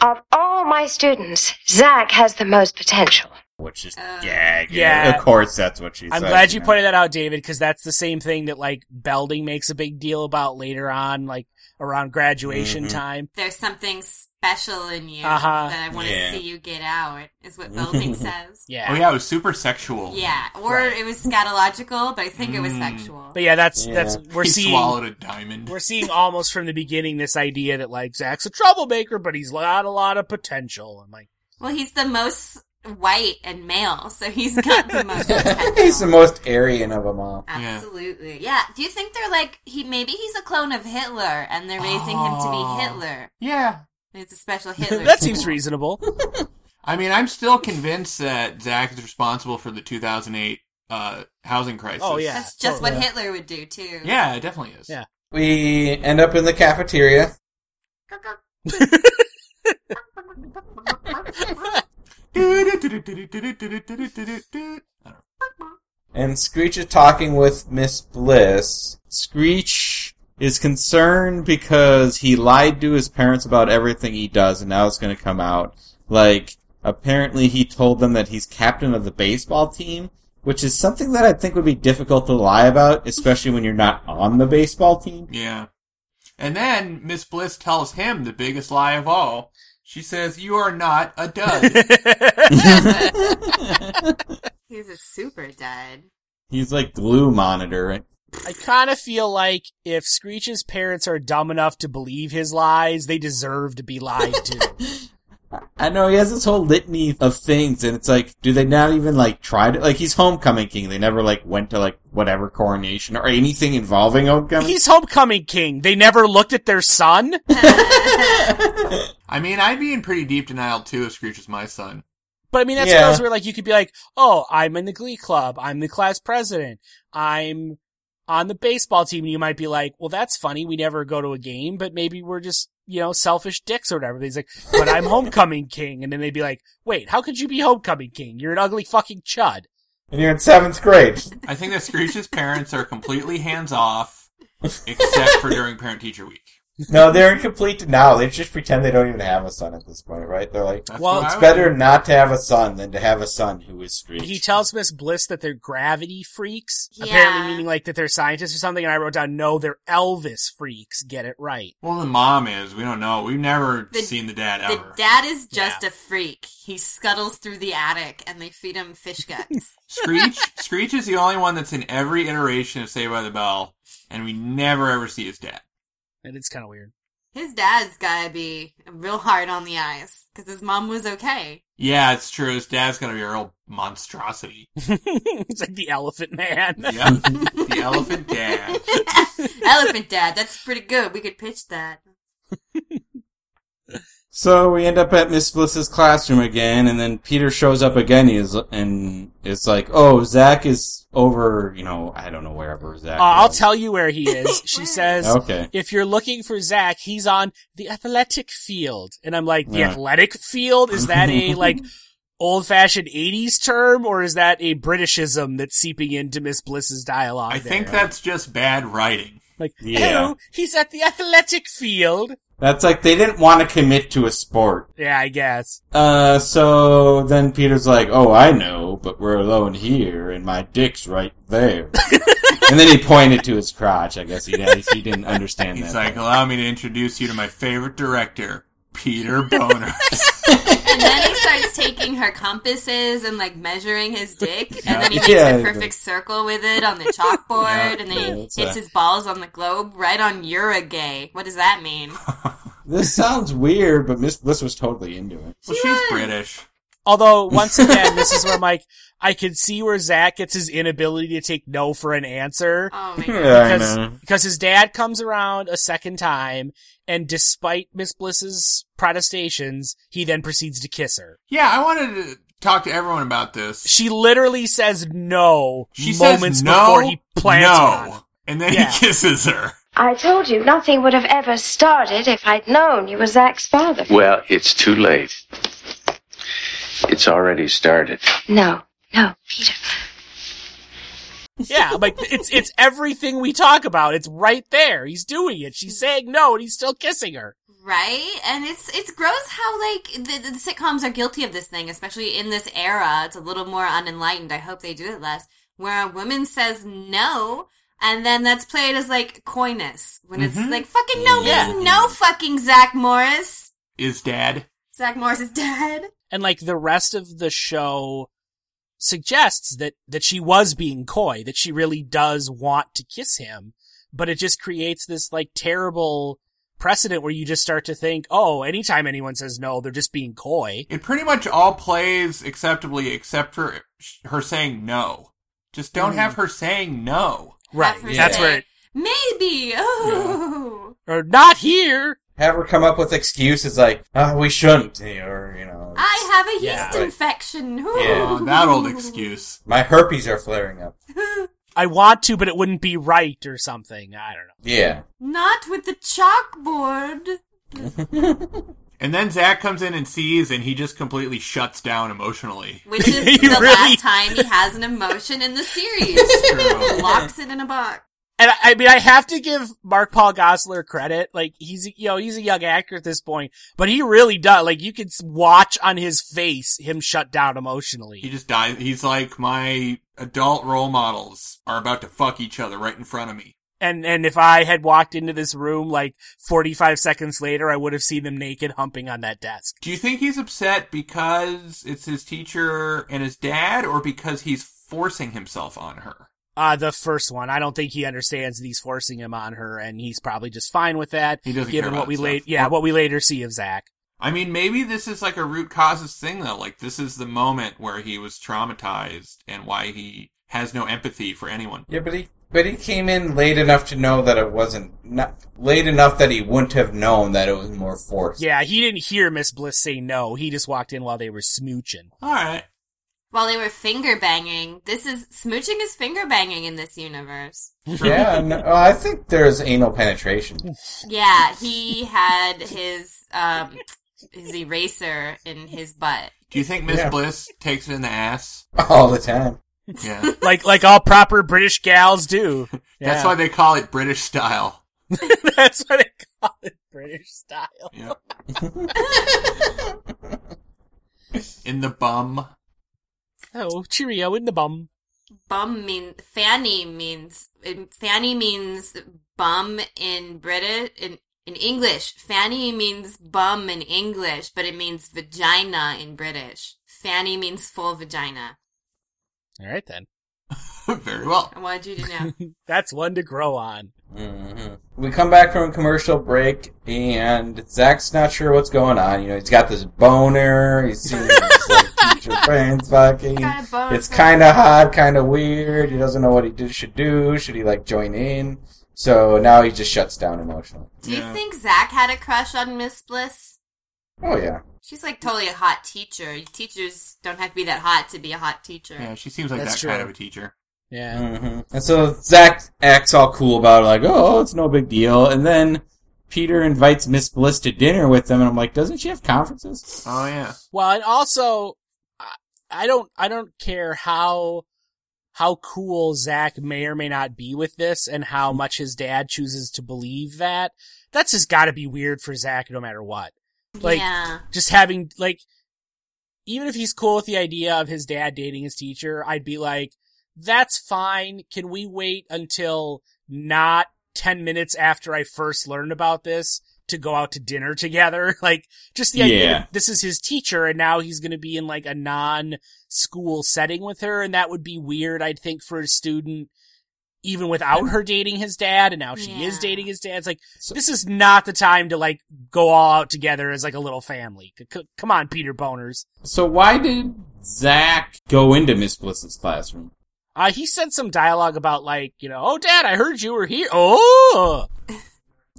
F: Of all my students, Zach has the most potential.
A: which is
B: Uh,
A: yeah,
D: Yeah.
A: Of course, that's what she.
D: I'm
A: says,
D: glad you
A: know.
D: pointed that out, David, because that's the same thing that like Belding makes a big deal about later on, like around graduation
A: Mhm.
D: time.
B: There's something special in you
D: Uh-huh.
B: that I want to
A: Yeah.
B: see you get out, is what Belding says.
D: Yeah.
E: Oh yeah, it was super sexual.
B: Yeah, or
D: Right.
B: it was scatological, but I think it was
E: Mm.
B: sexual.
D: But yeah, that's
A: Yeah.
D: that's we're
E: he
D: seeing
E: swallowed a diamond.
D: we're seeing almost from the beginning this idea that like Zach's a troublemaker, but he's got a lot of potential. I'm like,
B: Well, he's the most white and male, so he's got the most potential.
A: He's the most Aryan of them all.
B: Absolutely. Yeah. Do you think they're like he maybe he's a clone of Hitler and they're raising
E: Oh.
B: him to be Hitler?
E: Yeah.
B: It's a special Hitler.
D: that
B: school.
D: seems reasonable.
E: I mean, I'm still convinced that Zach is responsible for the 2008 uh, housing crisis.
D: Oh, yeah.
B: That's just what
D: Yeah.
B: Hitler would do too.
E: Yeah, it definitely is.
D: Yeah.
A: We end up in the cafeteria. And Screech is talking with Miss Bliss. Screech is concerned because he lied to his parents about everything he does, and now it's going to come out. Like, apparently he told them that he's captain of the baseball team, which is something that I think would be difficult to lie about, especially when you're not on the baseball team.
E: Yeah. And then Miss Bliss tells him the biggest lie of all. She says, You are not a dud.
B: He's a super dud.
A: He's like glue monitor, right?
D: I kind of feel like if Screech's parents are dumb enough to believe his lies, they deserve to be lied to.
A: I know he has this whole litany of things, and it's like, do they not even like try to like? He's homecoming king. They never like went to like whatever coronation or anything involving homecoming.
D: He's homecoming king. They never looked at their son.
E: I mean, I'd be in pretty deep denial too if Screech is my son.
D: But I mean, that's
A: Yeah.
D: what else where like you could be like, oh, I'm in the glee club. I'm the class president. I'm on the baseball team. And you might be like, well, that's funny. We never go to a game, but maybe we're just, you know, selfish dicks or whatever. But he's like, but I'm homecoming king. And then they'd be like, wait, how could you be homecoming king? You're an ugly fucking chud.
A: and you're in seventh grade.
E: I think that Screech's parents are completely hands off, except for during Parent Teacher Week.
A: No, they're in complete denial. They just pretend they don't even have a son at this point, right? They're like,
E: That's
D: Well,
E: what
A: it's
E: I would
A: better not to have a son than to have a son who is Screech.
D: He tells Miss Bliss that they're gravity freaks,
B: Yeah.
D: apparently meaning like that they're scientists or something. And I wrote down, no, they're Elvis freaks. Get it right.
E: Well, the mom is. We don't know. We've never
B: The-
E: seen the dad
B: The
E: ever.
B: dad is just a freak. He scuttles through the attic and they feed him fish guts.
E: Screech. Screech is the only one that's in every iteration of Saved by the Bell, and we never ever see his dad.
D: And it's kind of weird.
B: his dad's gotta be real hard on the eyes because his mom was okay.
E: Yeah, it's true. His dad's gonna be a real monstrosity.
D: it's like the elephant man.
E: Yeah, the elephant dad.
B: Elephant dad, that's pretty good. We could pitch that.
A: So we end up at Miss Bliss's classroom again, and then Peter shows up again. He is, and it's like, oh, Zach is over. You know, I don't know wherever Zach.
D: Uh, I'll
A: is.
D: tell you where he is. She says,
A: Okay.
D: if you're looking for Zach, he's on the athletic field. And I'm like, the
A: Yeah.
D: athletic field? Is that a like old fashioned 80s term or is that a Britishism that's seeping into Miss Bliss's dialogue?
E: I
D: there?
E: think that's just bad writing.
D: like,
A: Yeah.
D: oh, he's at the athletic field.
A: That's like they didn't want to commit to a sport.
D: Yeah, I guess.
A: Uh, so then Peter's like, "Oh, I know, but we're alone here, and my dick's right there." and then he pointed to his crotch. I guess he, he didn't understand
E: He's
A: that.
E: like, allow me to introduce you to my favorite director, Peter Boner.
B: and then he starts taking her compasses and like measuring his dick, and then he makes
A: Yeah.
B: a perfect circle with it on the chalkboard, and then
A: yeah,
B: he
A: that's
B: hits
A: a-
B: his balls on the globe right on Uragay. What does that mean?
A: This sounds weird, but Miss Bliss was totally into it.
E: Well,
B: She
E: she's
B: was.
E: British.
D: Although, once again, this is where I'm like, I could see where Zach gets his inability to take no for an answer.
B: Oh my god.
A: Yeah,
D: because, because his dad comes around a second time, and despite Miss Bliss's protestations, he then proceeds to kiss her.
E: Yeah, I wanted to talk to everyone about this.
D: She literally says no
E: She
D: moments
E: says no,
D: before he plants
E: no,
D: one.
E: and then
D: Yeah.
E: he kisses her.
F: I told you nothing would have ever started if I'd known you were Zach's father.
H: Well, it's too late. It's already started.
F: No, no, Peter.
D: Yeah, I'm like it's it's everything we talk about. It's right there. He's doing it. She's saying no, and he's still kissing her.
B: Right? And it's it's gross how like the, the sitcoms are guilty of this thing, especially in this era. It's a little more unenlightened. I hope they do it less. Where a woman says no, and then that's played as like coyness when it's like fucking no
D: Yeah.
B: means no. Fucking Zach Morris.
E: Is dad?
B: Zach Morris is dead.
D: And like the rest of the show suggests that that she was being coy, that she really does want to kiss him, but it just creates this like terrible precedent where you just start to think, "Oh, anytime anyone says no, they're just being coy."
E: It pretty much all plays acceptably, except for her saying no. Just don't have her saying no.
D: Right.
B: Have her
D: That's
B: say,
D: where it,
B: maybe. Oh,
D: or not here.
A: Have her come up with excuses like, oh, we shouldn't, or, you know,
B: I have a yeast
D: Yeah.
B: infection.
A: Yeah.
E: Oh, that old excuse.
A: my herpes are flaring up.
D: I want to, but it wouldn't be right or something. I don't know.
A: Yeah.
B: Not with the chalkboard.
E: And then Zach comes in and sees, and he just completely shuts down emotionally.
B: Which is
D: You
B: the
D: really-
B: last time he has an emotion in the series.
E: uh,
B: Locks it in a box.
D: And I, I mean, I have to give Mark Paul Gosselaar credit. Like he's, you know, he's a young actor at this point, but he really does. Like you can s- watch on his face him shut down
E: He
D: emotionally.
E: just dies. He's like, my adult role models are about to fuck each other right in front of me.
D: And and if I had walked into this room like 45 seconds later, I would have seen them naked humping on that desk.
E: Do you think he's upset because it's his teacher and his dad, or because he's forcing himself on her?
D: Uh, the first one. I don't think he understands that he's forcing him on her, and he's probably just fine with that.
E: He doesn't
D: given
E: care
D: what
E: about
D: we
E: stuff.
D: later, yeah, what we later see of Zach.
E: I mean, maybe this is like a root causes thing, though. Like, this is the moment where he was traumatized and why he has no empathy for anyone.
A: Yeah, but he but he came in late enough to know that it wasn't not late enough that he wouldn't have known that it was more forced.
D: Yeah, he didn't hear Miss Bliss say no. He just walked in while they were smooching.
E: All right.
B: While they were finger banging, this is smooching is finger banging in this universe.
A: Yeah, no, oh, I think there's anal penetration.
B: Yeah, he had his um his eraser in his butt.
E: Do you think Miss
A: Yeah.
E: Bliss takes it in the ass?
A: All the time.
E: Yeah.
D: like like all proper British gals do. Yeah.
E: That's why they call it British style.
D: That's what they call it, British style.
E: Yeah. in the bum.
D: Oh, cheerio in the bum.
B: Bum mean fanny means fanny means bum in British in in English. Fanny means bum in English, but it means vagina in British. Fanny means full vagina.
D: All right then.
E: Very well.
B: I wanted you to know.
D: That's one to grow on.
A: hmm We come back from a commercial break, and Zach's not sure what's going on. You know, he's got this boner. He's seeing these, like, teacher friends fucking.
B: Got a boner.
A: It's kind of hot, kind of weird. He doesn't know what he do, should do. Should he like join in? So now he just shuts down emotionally.
B: Do you
E: Yeah.
B: think Zach had a crush on Miss Bliss?
A: Oh yeah.
B: She's like totally a hot teacher. Teachers don't have to be that hot to be a hot teacher.
E: Yeah, she seems like
D: That's
E: that kind
D: true.
E: of a teacher.
D: Yeah.
A: hmm And so Zach acts all cool about it, like, oh, it's no big deal. And then Peter invites Miss Bliss to dinner with them, and I'm like, doesn't she have conferences?
E: Oh yeah.
D: Well, and also, I, I don't, I don't care how how cool Zach may or may not be with this, and how much his dad chooses to believe that. That's just got to be weird for Zach, no matter what. Like,
B: yeah.
D: just having like even if he's cool with the idea of his dad dating his teacher, I'd be like, that's fine. Can we wait until not 10 minutes after I first learned about this to go out to dinner together. Like just the idea
A: Yeah.
D: that this is his teacher and now he's going to be in like a non school setting with her. And that would be weird, I'd think, for a student, even without her dating his dad. And now she is
B: Yeah.
D: dating his dad. It's like,
A: So-
D: this is not the time to like go all out together as like a little family. C- c- come on, Peter Boners.
A: So why did Zach go into Miss Bliss's classroom?
D: Uh, he said some dialogue about like, you know, oh dad, I heard you were here. Oh,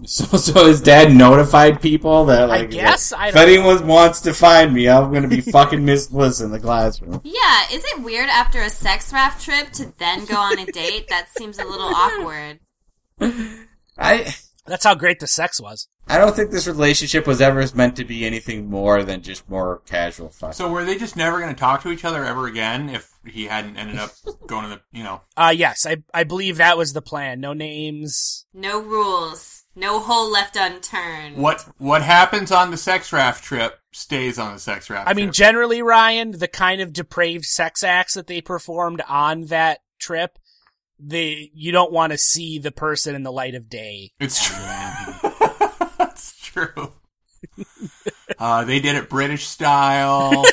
A: So, so his dad notified people that like,
D: guess, I
A: if
D: don't-
A: anyone wants to find me, I'm gonna be fucking Miss Bliss in the classroom.
B: Yeah, is it weird after a sex raft trip to then go on a date? That seems a little awkward.
A: I
D: that's how great the sex was.
A: I don't think this relationship was ever meant to be anything more than just more casual fuck.
E: So were they just never going to talk to each other ever again if he hadn't ended up going to the, you know?
D: Uh, yes, I, I believe that was the plan. No names.
B: No rules. No hole left unturned.
E: What what happens on the sex raft trip stays on the sex raft
D: I mean,
E: trip.
D: generally, Ryan, the kind of depraved sex acts that they performed on that trip, the, you don't want to see the person in the light of day.
E: It's true. it's true. Uh, they did it British style.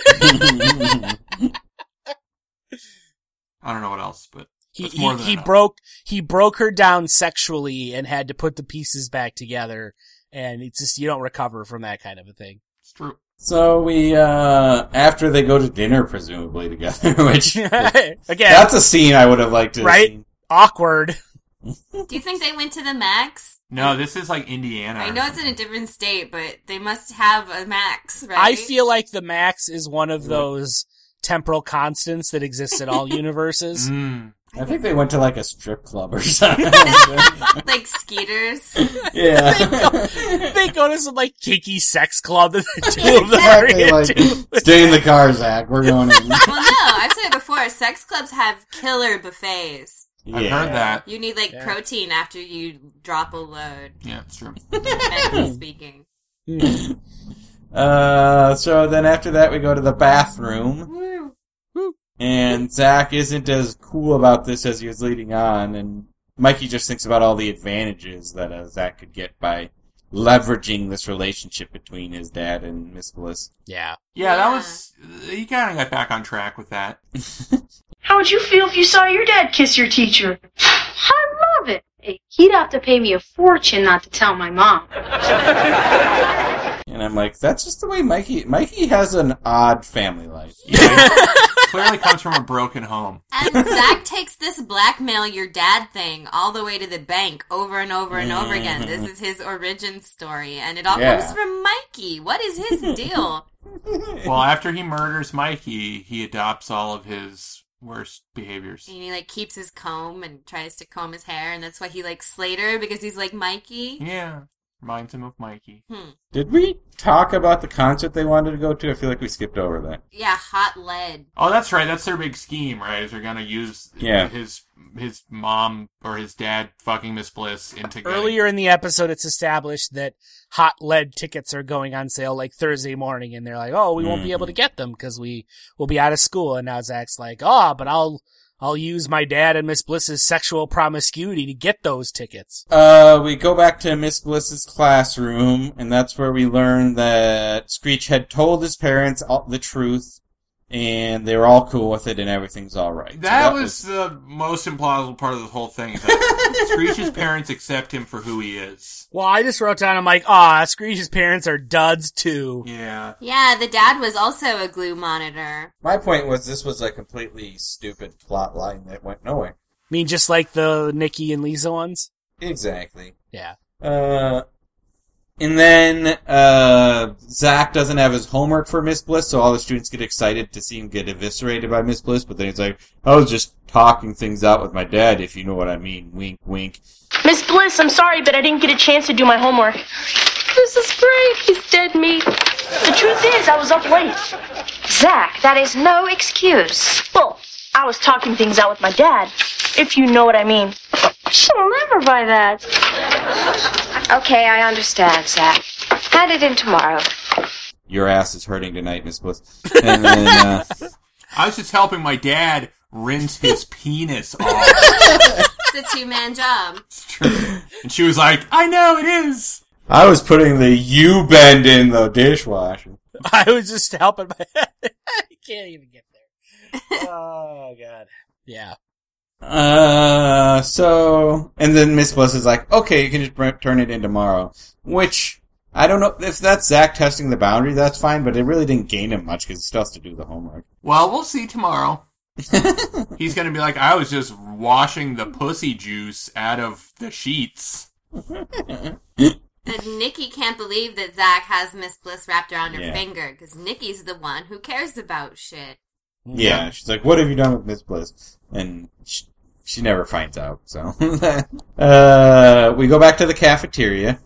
E: I don't know what else, but
D: He,
E: That's more
D: he,
E: than
D: he
E: enough.
D: broke, he broke her down sexually and had to put the pieces back together. And it's just, you don't recover from that kind of a thing.
E: it's true.
A: So we uh after they go to dinner presumably together, which
D: Again,
A: that's a scene I would have liked to have
D: Right?
A: seen.
D: awkward.
B: Do you think they went to the max?
E: No, this is like Indiana.
B: I
E: or
B: know it's in a different state, but they must have a max, right?
D: I feel like the max is one of those temporal constants that exists in all universes.
E: something. Mm.
A: I think they went to like a strip club or something.
B: like Skeeters.
A: yeah.
D: they go to some like kinky sex club that the two of them are
A: exactly
D: into.
A: like stay in the car, Zach. We're going in.
B: well, no, I've said it before. Sex clubs have killer buffets.
E: Mm, I've
A: Yeah.
E: heard that.
B: You need like
D: Yeah.
B: protein after you drop a load.
E: Yeah, it's true.
B: Mentally speaking,
A: Uh, so then after that, we go to the bathroom. And Zach isn't as cool about this as he was leading on, and Mikey just thinks about all the advantages that uh, Zach could get by leveraging this relationship between his dad and Miss Bliss.
D: Yeah.
B: Yeah.
E: Yeah, that was. He kind of got back on track with that.
G: How would you feel if you saw your dad kiss your teacher?
F: I love it. He'd have to pay me a fortune not to tell my mom.
A: And I'm like, that's just the way Mikey. Mikey has an odd family life.
E: Yeah, he clearly comes from a broken home.
B: and Zach takes this blackmail your dad thing all the way to the bank over and over and over again. This is his origin story, and it all
A: Yeah.
B: comes from Mikey. What is his deal?
E: Well, after he murders Mikey, he adopts all of his worst behaviors.
B: And he like keeps his comb and tries to comb his hair, and that's why he likes Slater because he's like Mikey.
E: Yeah, reminds him of Mikey.
A: Did we talk about the concert they wanted to go to? I feel like we skipped over that.
B: Yeah, hot lead.
E: Oh, that's right. That's their big scheme, right? Is they're gonna use
A: Yeah.
E: his his mom or his dad fucking Miss Bliss into getting-
D: Earlier in the episode, it's established that hot lead tickets are going on sale like Thursday morning, and they're like, "Oh, we won't be able to get them because we will be out of school." And now Zach's like, "Oh, but I'll I'll use my dad and Miss Bliss's sexual promiscuity to get those tickets."
A: Uh, we go back to Miss Bliss's classroom, and that's where we learn that Screech had told his parents all the truth, and they were all cool with it, and everything's all right. So
E: That was the most implausible part of this whole thing. Is that Screech's parents accept him for who he is.
D: Well, I just wrote down, I'm like, "Ah, Screech's parents are duds too."
E: Yeah.
B: Yeah, the dad was also a glue monitor.
A: my point. Was this was a completely stupid plot line that went nowhere?
D: I mean, just like the Nikki and Lisa ones.
A: Exactly.
D: Yeah.
A: Uh, and then uh, Zach doesn't have his homework for Miss Bliss, so all the students get excited to see him get eviscerated by Miss Bliss. But then he's like, "I was just talking things out with my dad, if you know what I mean." Wink, wink.
G: Miss Bliss, I'm sorry, but I didn't get a chance to do my homework.
F: This is great. He's dead meat.
G: The truth is, I was up late.
F: Zach, that is no excuse.
G: Well, I was talking things out with my dad, if you know what I mean.
F: She'll never buy that. Okay, I understand, Zach. Hand it in tomorrow.
A: your ass is hurting tonight, Miss Bliss. And then, uh,
E: I was just helping my dad rinse his penis off.
B: It's a two man job.
E: It's true. And she was like, I know it is.
A: I was putting the U bend in the dishwasher.
D: I was just helping my. I can't even get there. Oh god. Yeah.
A: Uh, so, and then Miss Bliss is like, okay, you can just br- turn it in tomorrow. Which, I don't know, if that's Zach testing the boundary, that's fine, but it really didn't gain him much because he still has to do the homework.
E: Well, we'll see tomorrow. He's gonna be like, I was just washing the pussy juice out of the sheets.
B: And Nikki can't believe that Zach has Miss Bliss wrapped around her
A: Yeah.
B: finger because Nikki's the one who cares about shit.
A: Yeah, she's like, "What have you done with Miss Bliss?" And she, she never finds out. So uh, we go back to the cafeteria,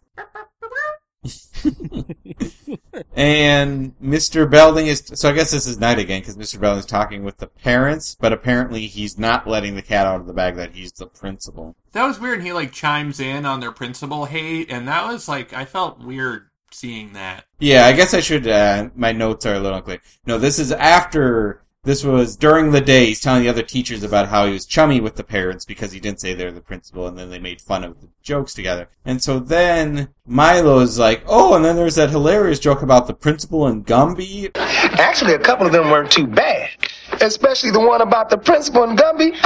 A: and Mr. Belding is. So I guess this is night again because Mr. Belding's talking with the parents, but apparently he's not letting the cat out of the bag that he's the principal.
E: That was weird. He like chimes in on their principal hate, and that was like, I felt weird seeing that.
A: Yeah, I guess I should. Uh, my notes are a little unclear. No, this is after. This was during the day. He's telling the other teachers about how he was chummy with the parents because he didn't say they're the principal, and then they made fun of the jokes together. And so then Milo is like, "Oh," and then there's that hilarious joke about the principal and Gumby.
I: Actually, a couple of them weren't too bad, especially the one about the principal and Gumby.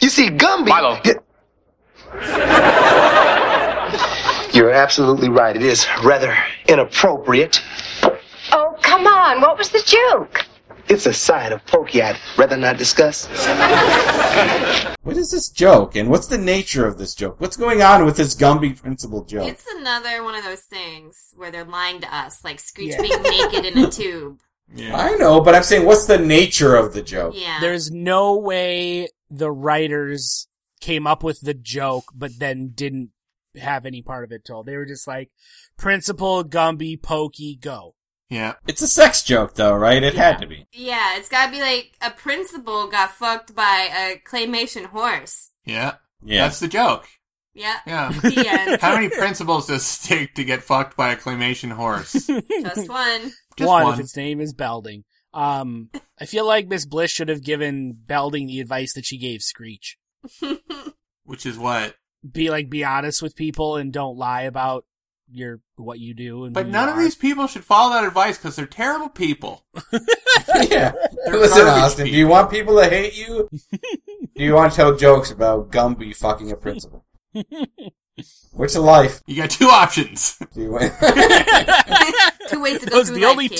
I: you see, Gumby.
H: Milo.
I: Get- You're absolutely right. It is rather inappropriate.
F: Oh, come on. What was the joke?
I: It's a side of pokey I'd rather not discuss.
A: What is this joke? And what's the nature of this joke? What's going on with this Gumby principal joke?
B: It's another one of those things where they're lying to us, like Screech being naked in a tube.
E: Yeah.
A: I know, but I'm saying, what's the nature of the joke?
B: Yeah.
D: There's no way the writers came up with the joke, but then didn't have any part of it told. They were just like, principal, Gumby, Pokey, go.
E: Yeah.
A: It's a sex joke, though, right? It had to be.
B: yeah, it's gotta be like a principal got fucked by a claymation horse.
E: Yeah.
A: Yeah.
E: That's the joke.
B: Yeah.
E: Yeah.
B: The end.
E: How many principals does it take to get fucked by a claymation horse? Just
B: Just one.
D: one,
E: one.
D: if its name is Belding. Um, I feel like Miss Bliss should have given Belding the advice that she gave Screech.
E: Which is what?
D: Be like, be honest with people and don't lie about your, what you do. And
E: But
D: who
E: none
D: you
E: of
D: are.
E: these people should follow that advice because they're terrible people.
A: yeah. Listen,
E: garbage
A: Austin, do you
E: people.
A: want people to hate you? do you want to tell jokes about Gumby fucking a principal? Which life
E: You got two options.
A: do you want?
B: Two ways to go
D: Those are
B: through
D: the
B: life,
D: only
B: kid.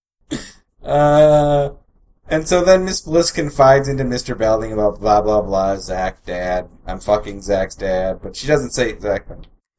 D: two.
A: uh, and so then Miss Bliss confides into Mr. Belding about blah, blah, blah, Zach, dad. I'm fucking Zach's dad. But she doesn't say Zach.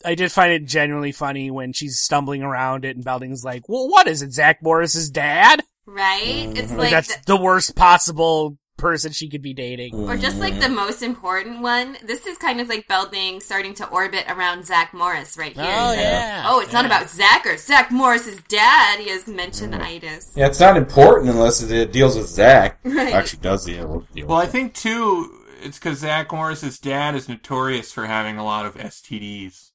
D: I did find it genuinely funny when she's stumbling around it and Belding's like, well, what is it, Zach Morris's dad?
B: Right? It's
D: Like,
B: like
D: that's
B: the-
D: the worst possible person she could be dating.
B: or just like the most important one. This is kind of like Belding starting to orbit around Zach Morris right here. He's like, Oh, it's not about Zach or Zach Morris's dad. He has mentioned-itis.
A: Yeah, it's not important unless it deals with Zach.
B: Right.
A: Actually, does deal deal
E: Well, I
A: with
E: think too, it's because Zach Morris's dad is notorious for having a lot of STDs.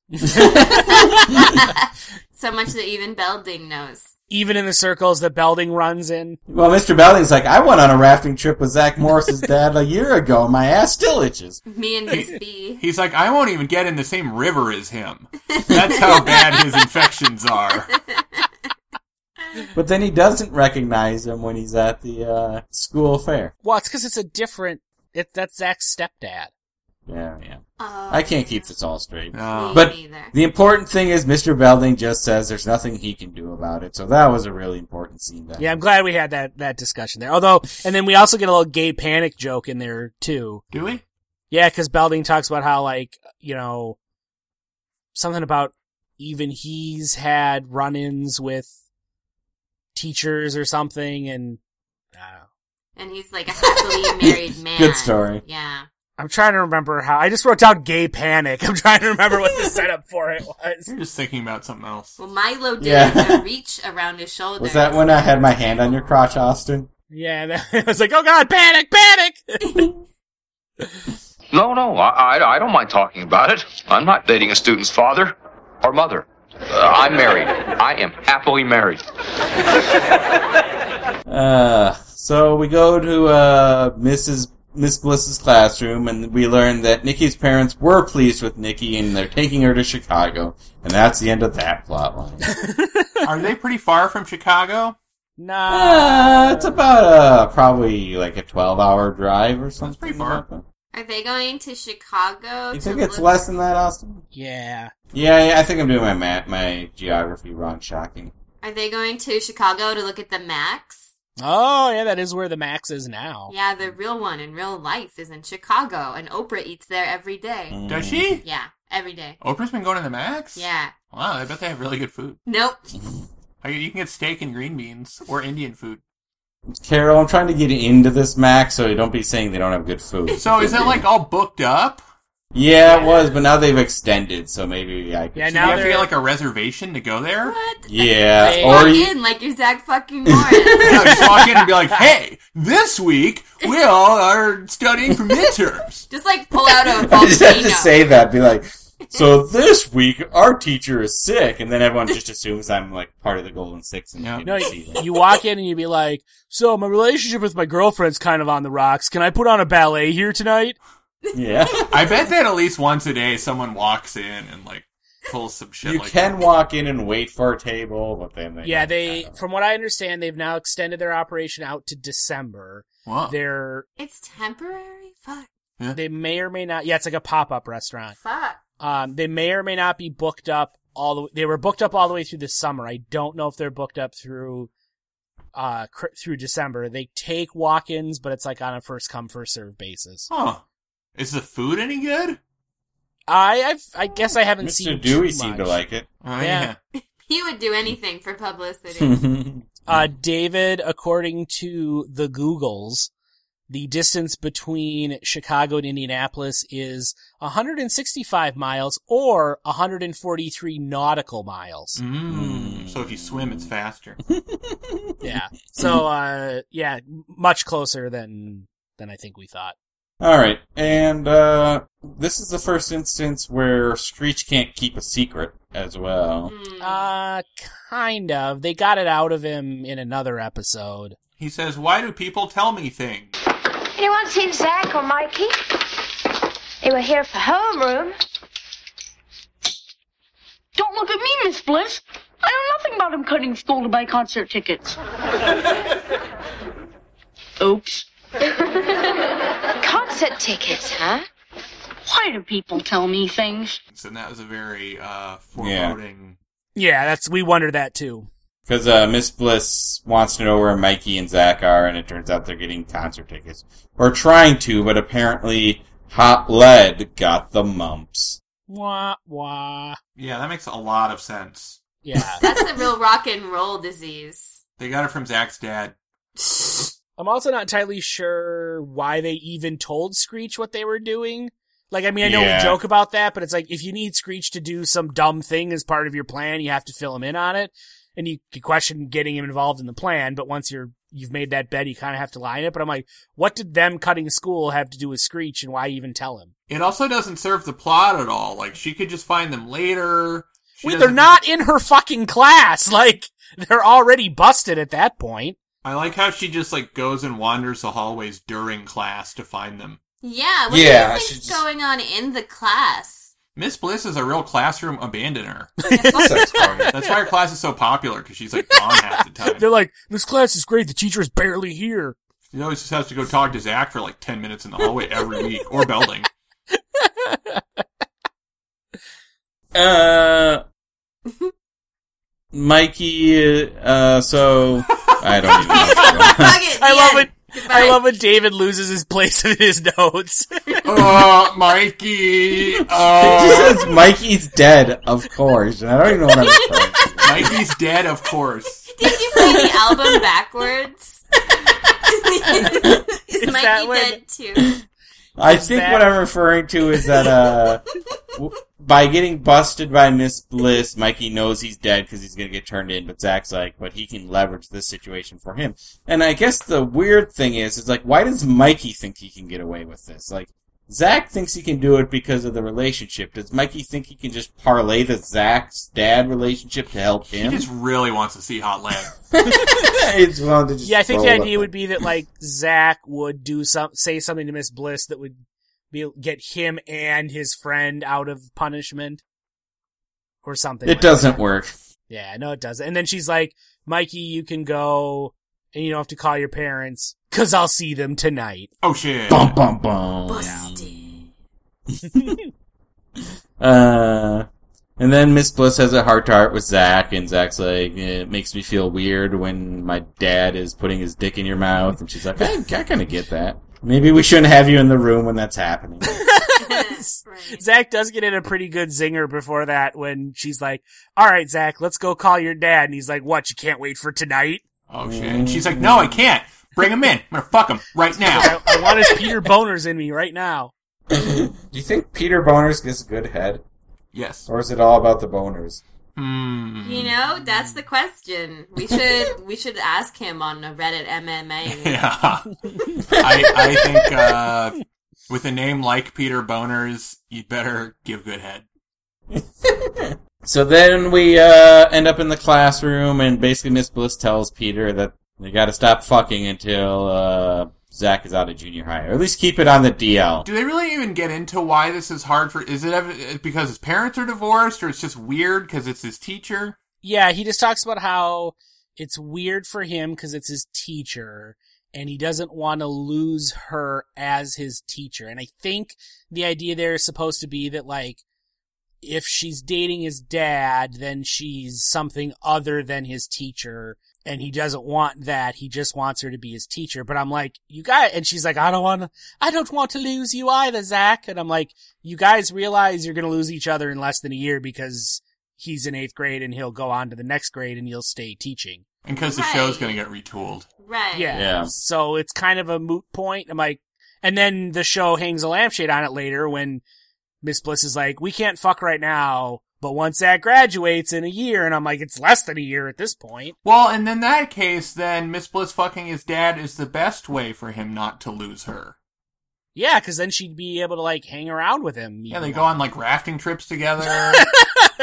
B: So much that even Belding knows.
D: Even in the circles that Belding runs in.
A: Well, Mr. Belding's like, I went on a rafting trip with Zach Morris's dad a year ago. My ass still itches.
B: Me and Miss B.
E: He's like, I won't even get in the same river as him. That's how bad his infections are.
A: But then he doesn't recognize him when he's at the uh, school fair.
D: Well, it's because it's a different, it, that's Zach's stepdad.
A: Yeah, yeah.
B: Oh,
A: I can't keep this all straight.
E: No.
B: me
A: But
B: neither.
A: the important thing is Mr. Belding just says there's nothing he can do about it. So that was a really important scene. That
D: Yeah, I'm glad we had that, that discussion there. Although, and then we also get a little gay panic joke in there too.
E: Do we?
D: Yeah, cause Belding talks about how like, you know, something about even he's had run-ins with teachers or something and I don't know.
B: And he's like a happily married man.
A: Good story.
B: Yeah.
D: I'm trying to remember how I just wrote down gay panic. I'm trying to remember what the setup for it was.
E: You're just thinking about something else.
B: Well, Milo did
A: Yeah.
B: a reach around his shoulder.
A: was that when I had my hand on your crotch, Austin?
D: Yeah, that, I was like, oh god, panic, panic.
H: No, no, I, I, I don't mind talking about it. I'm not dating a student's father or mother. Uh, I'm married. I am happily married.
A: Uh, so we go to uh, Mrs. Miss Bliss's classroom, and we learn that Nikki's parents were pleased with Nikki, and they're taking her to Chicago, and that's the end of that plot line.
E: Are they pretty far from Chicago?
D: Nah.
A: uh, it's about uh, probably like a twelve-hour drive or something.
E: pretty far.
A: like that.
B: Are they going to Chicago?
A: You
B: to
A: think it's
B: look-
A: less than that, Austin?
D: Yeah.
A: Yeah, yeah I think I'm doing my ma my geography wrong. Shocking.
B: Are they going to Chicago to look at the Max?
D: Oh, yeah, that is where the Max is now.
B: Yeah, the real one in real life is in Chicago, and Oprah eats there every
A: Mm.
B: day.
E: Does she?
B: Yeah, every day.
E: Oprah's been going to the Max?
B: Yeah.
E: Wow, I bet they have really good food.
B: Nope.
E: I- You can get steak and green beans or Indian food.
A: Carol, I'm trying to get into this Mac, so don't be saying they don't have good food.
E: So is it like all booked up?
A: Yeah, it was, but now they've extended, so maybe I could.
D: Yeah,
E: Do you
D: now
E: have to
D: they're
E: get like a reservation to go there?
B: What?
A: Yeah,
D: They-
A: or
B: Walk
A: you,
B: in like you're Zach fucking Morris.
E: No, just walk in and be like, "Hey, this week we all are studying for midterms."
B: Just like pull out a
A: I just have to
B: volcano.
A: say that. Be like, so this week our teacher is sick, and then everyone just assumes I'm like part of the Golden Six, and
E: Yeah.
A: you
D: No,
A: didn't see
D: you,
A: that.
D: you walk in and you'd be like, "So my relationship with my girlfriend's kind of on the rocks. Can I put on a ballet here tonight?"
A: Yeah,
E: I bet that at least once a day someone walks in and like pulls some shit.
A: you
E: like
A: can walk in and wait for a table, but then they
D: Yeah, they. From what I understand, they've now extended their operation out to December.
E: Wow.
D: They're
B: It's temporary. Fuck.
D: they may or may not. Yeah, it's like a pop up restaurant.
B: Fuck.
D: Um, they may or may not be booked up all the. They were booked up all the way through the summer. I don't know if they're booked up through, uh, cr- through December. They take walk-ins, but it's like on a first come first serve basis.
E: Huh? Is the food any good?
D: I I've, I guess I haven't seen.
A: Mr.
D: too
A: Dewey seemed to
D: much.
A: like it.
E: Oh,
D: Yeah.
B: He would do anything for publicity.
D: Uh, David, according to the Googles, the distance between Chicago and Indianapolis is 165 miles or 143 nautical miles.
E: Mm. So if you swim, it's faster.
D: Yeah. So, uh, yeah, much closer than, than I think we thought.
A: All right, and uh, this is the first instance where Screech can't keep a secret as well.
B: Mm.
D: Uh, kind of. They got it out of him in another episode.
E: He says, "Why do people tell me things?"
F: Anyone seen Zach or Mikey? They were here for homeroom.
G: Don't look at me, Miss Bliss. I know nothing about him cutting school to buy concert tickets. Oops.
F: Concert tickets, huh?
G: Why do people tell me things?
E: And that was a very uh, foreboding.
D: Yeah, that's, we wondered that too.
A: Because uh, Miss Bliss wants to know where Mikey and Zach are, and it turns out they're getting concert tickets. Or trying to, but apparently Hot Lead got the mumps.
D: Wah, wah.
E: Yeah. that makes a lot of sense.
D: Yeah.
B: That's the real rock and roll disease.
E: They got it from Zach's dad.
D: I'm also not entirely sure why they even told Screech what they were doing. Like, I mean, I know
A: Yeah.
D: we joke about that, but it's like if you need Screech to do some dumb thing as part of your plan, you have to fill him in on it, and you could question getting him involved in the plan. But once you're you've made that bet, you kind of have to lie in it. But I'm like, what did them cutting school have to do with Screech, and why even tell him?
E: It also doesn't serve the plot at all. Like she could just find them later. She
D: Wait, they're
E: doesn't-
D: not in her fucking class. Like, they're already busted at that point.
E: I like how she just like goes and wanders the hallways during class to find them.
B: Yeah. What
A: Yeah,
B: do
A: I
B: you
A: should
B: think's
A: just-
B: going on in the class?
E: Miss Bliss is a real classroom abandoner.
A: Sex party.
E: That's why her class is so popular because she's like gone half the time.
D: They're like, this class is great. The teacher is barely here.
E: She always just has to go talk to Zach for like ten minutes in the hallway every week or Belding.
A: Uh, Mikey, uh, so, I don't even know. what's going on.
B: Fuck it.
D: I
B: the
D: love
B: end.
D: it.
B: Goodbye.
D: I love when David loses his place in his notes.
E: Oh, Mikey!
A: It
E: Uh,
A: just says Mikey's dead, of course. and I don't even know what I'm referring to.
E: Mikey's dead, of course.
B: Did you play the album backwards? Is,
D: Is that
B: Mikey
D: what-
B: dead too?
A: I think
D: that-
A: what I'm referring to is that uh, w- by getting busted by Miss Bliss, Mikey knows he's dead because he's going to get turned in. But Zach's like, but he can leverage this situation for him. And I guess the weird thing is, is like, why does Mikey think he can get away with this? Like, Zach thinks he can do it because of the relationship. Does Mikey think he can just parlay the Zach's dad relationship to help
E: He
A: him?
E: just really wants to see Hot Lamb.
A: It's wrong to just
D: Yeah, I think the
A: roll up
D: idea would
A: there.
D: be that like Zach would do some say something to Miss Bliss that would be get him and his friend out of punishment or something.
A: It
D: like
A: doesn't
D: that.
A: work.
D: Yeah, no, it doesn't. And then she's like, "Mikey, you can go, and you don't have to call your parents because I'll see them tonight."
E: Oh shit!
A: Bum bum bum.
B: Busted.
A: Uh, and then Miss Bliss has a heart to heart with Zach, and Zach's like, "It makes me feel weird when my dad is putting his dick in your mouth," and she's like, "I, I kind of get that. Maybe we shouldn't have you in the room when that's happening."
B: Right.
D: Zach does get in a pretty good zinger before that when she's like, "All right, Zach, let's go call your dad," and he's like, "What? You can't wait for tonight?"
E: Oh shit! And she's like, "No, I can't. Bring him in. I'm gonna fuck him right now."
D: I, I want his Peter Boners in me right now.
A: Do you think Peter Boners gets a good head,
E: Yes.
A: or is it all about the boners?
E: Hmm.
B: You know, that's the question. We should we should ask him on a Reddit MMA.
E: Yeah. I, I think uh, with a name like Peter Boners, you'd better give good head.
A: So then we uh, end up in the classroom, and basically Miss Bliss tells Peter that they got to stop fucking until uh, Zach is out of junior high, or at least keep it on the DL.
E: Do they really even get into why this is hard for? Is it ev- because his parents are divorced, or it's just weird because it's his teacher?
D: Yeah, he just talks about how it's weird for him because it's his teacher and he doesn't want to lose her as his teacher. And I think the idea there is supposed to be that, like, if she's dating his dad, then she's something other than his teacher. And he doesn't want that. He just wants her to be his teacher. But I'm like, you guys, and she's like, I don't want to, I don't want to lose you either, Zach. And I'm like, you guys realize you're going to lose each other in less than a year because he's in eighth grade and he'll go on to the next grade and you'll stay teaching.
E: And because the
B: Right.
E: show's gonna get retooled.
B: Right.
D: Yeah.
A: Yeah.
D: So it's kind of a moot point. I'm like, and then the show hangs a lampshade on it later when Miss Bliss is like, we can't fuck right now. But once that graduates in a year, and I'm like, it's less than a year at this point.
E: Well, and in that case, then Miss Bliss fucking his dad is the best way for him not to lose her.
D: Yeah, because then she'd be able to like hang around with him.
E: Yeah, they
D: even
E: go on like rafting trips together.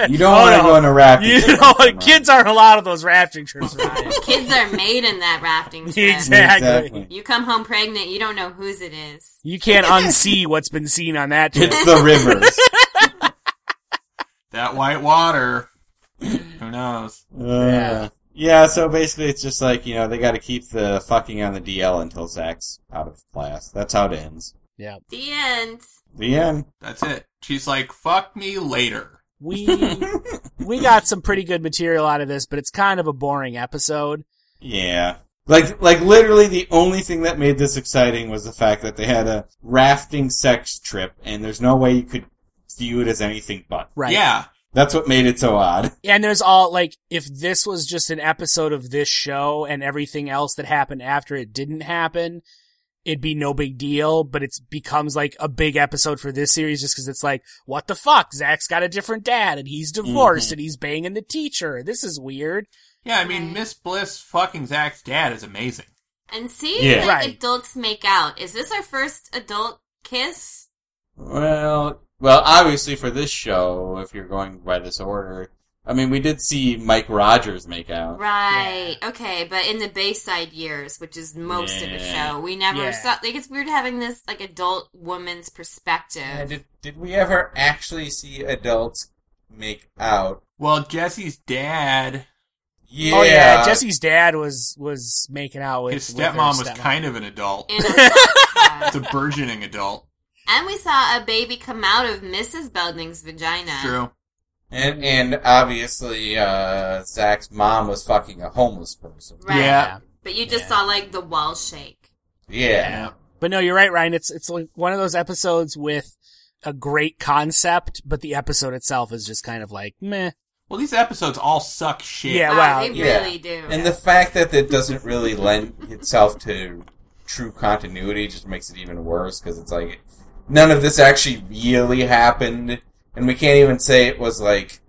A: You don't
D: Oh,
A: want to
D: no.
A: go on a
D: more.
A: rafting.
D: You
A: trip
D: know,
A: with them, right?
D: kids aren't allowed on those rafting trips. Ryan.
B: Kids are made in that rafting trip.
D: Exactly.
B: You come home pregnant, you don't know whose it is.
D: You can't unsee what's been seen on that trip.
A: It's the rivers.
E: that white water. Who knows?
A: yeah. Uh, Yeah, so basically it's just like, you know, they gotta keep the fucking on the DL until Zach's out of class. That's how it ends.
D: Yeah,
B: The end.
A: The end.
E: That's it. She's like, fuck me later.
D: we we got some pretty good material out of this, but it's kind of a boring episode.
A: Yeah. Like, like literally the only thing that made this exciting was the fact that they had a rafting sex trip and there's no way you could view it as anything but.
D: Right.
E: Yeah.
A: That's what made it so odd.
D: And there's all like, if this was just an episode of this show and everything else that happened after it didn't happen, it'd be no big deal. But it's becomes like a big episode for this series just because it's like, what the fuck? Zach's got a different dad and he's
E: Mm-hmm.
D: divorced and he's banging the teacher. This is weird.
E: Yeah, I mean, Miss Bliss fucking Zach's dad is amazing.
B: And see
A: Yeah.
B: like
D: Right.
B: adults make out. Is this our first adult kiss?
A: Well, well, obviously for this show, if you're going by this order, I mean, we did see Mike Rogers make out.
B: Right. Okay, but in the Bayside years, which is most of the
A: Yeah.
B: show, we never
D: Yeah.
B: saw like it's weird having this like adult woman's perspective.
A: Yeah, did, did we ever actually see adults make out?
E: Well, Jesse's dad,
A: Yeah.
D: Oh yeah. Jesse's dad was, was making out with
E: his
D: with her
E: stepmom was kind of an adult.
B: In a-
E: It's a burgeoning adult.
B: and we saw a baby come out of Mrs. Belding's vagina.
E: It's true.
A: And, and obviously, uh, Zach's mom was fucking a homeless person.
B: Right.
E: Yeah.
B: But you just saw like the wall shake.
A: Yeah.
E: Yeah.
D: But no, you're right, Ryan. It's, it's like one of those episodes with a great concept, but the episode itself is just kind of like, meh.
E: Well, these episodes all suck shit.
D: Yeah.
B: Wow,
D: wow.
B: they
A: Yeah.
B: really do.
A: And the fact that it doesn't really lend itself to true continuity just makes it even worse because it's like none of this actually really happened, and we can't even say it was like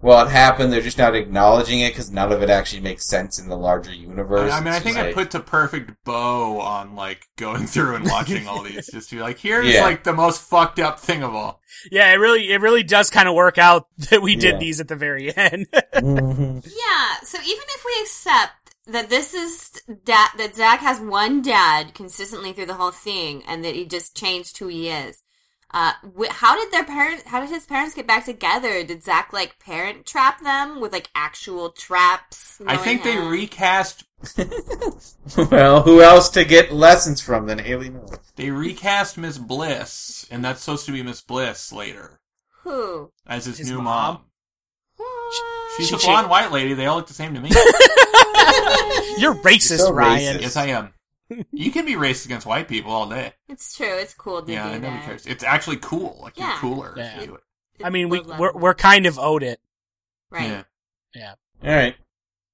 A: well, it happened. They're just not acknowledging it because none of it actually makes sense in the larger universe.
E: I mean, I
A: It's
E: think
A: just
E: it
A: like-
E: puts a perfect bow on like going through and watching all these. Just to be like, here's
A: Yeah.
E: like the most fucked up thing of all.
D: Yeah, it really, it really does kind of work out that we did
A: Yeah.
D: these at the very end.
B: Yeah. So even if we accept that this is da- that Zach has one dad consistently through the whole thing, and that he just changed who he is. Uh, wh- how did their parents? How did his parents get back together? Did Zach like parent trap them with like actual traps?
E: I think they
B: knowing him?
E: recast
A: well, who else to get lessons from than Haley Miller?
E: they recast Miss Bliss, and that's supposed to be Miss Bliss later
B: who?
E: as his,
D: His
E: new
D: mom?
E: mom.
B: What?
E: She's
D: She
E: a
D: cha-
E: blonde white lady. They all look the same to me.
D: You're racist,
A: so
D: Ryan.
A: racist.
E: yes, I am. You can be racist against white people all day.
B: It's true. It's cool to
E: Yeah,
B: do
E: nobody
B: that.
E: cares. It's actually cool. Like you're
B: Yeah.
E: cooler if
D: Yeah.
E: you do it.
D: I mean, we
B: We'll love
D: we're,
B: him.
D: we're kind of owed it.
B: right.
E: Yeah.
A: All right,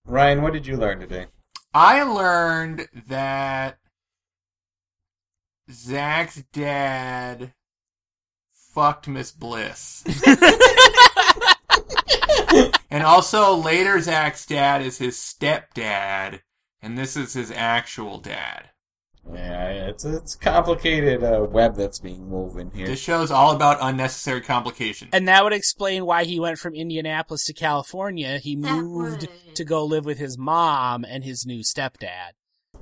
A: Ryan, what did you learn today?
E: I learned that Zach's dad fucked Miss Bliss. and also later Zach's dad is his stepdad, and this is his actual dad.
A: Yeah, it's it's a complicated uh, web that's being woven here.
E: This show's all about unnecessary complication.
D: And that would explain why he went from Indianapolis to California. He
B: That
D: moved
B: would.
D: to go live with his mom and his new stepdad.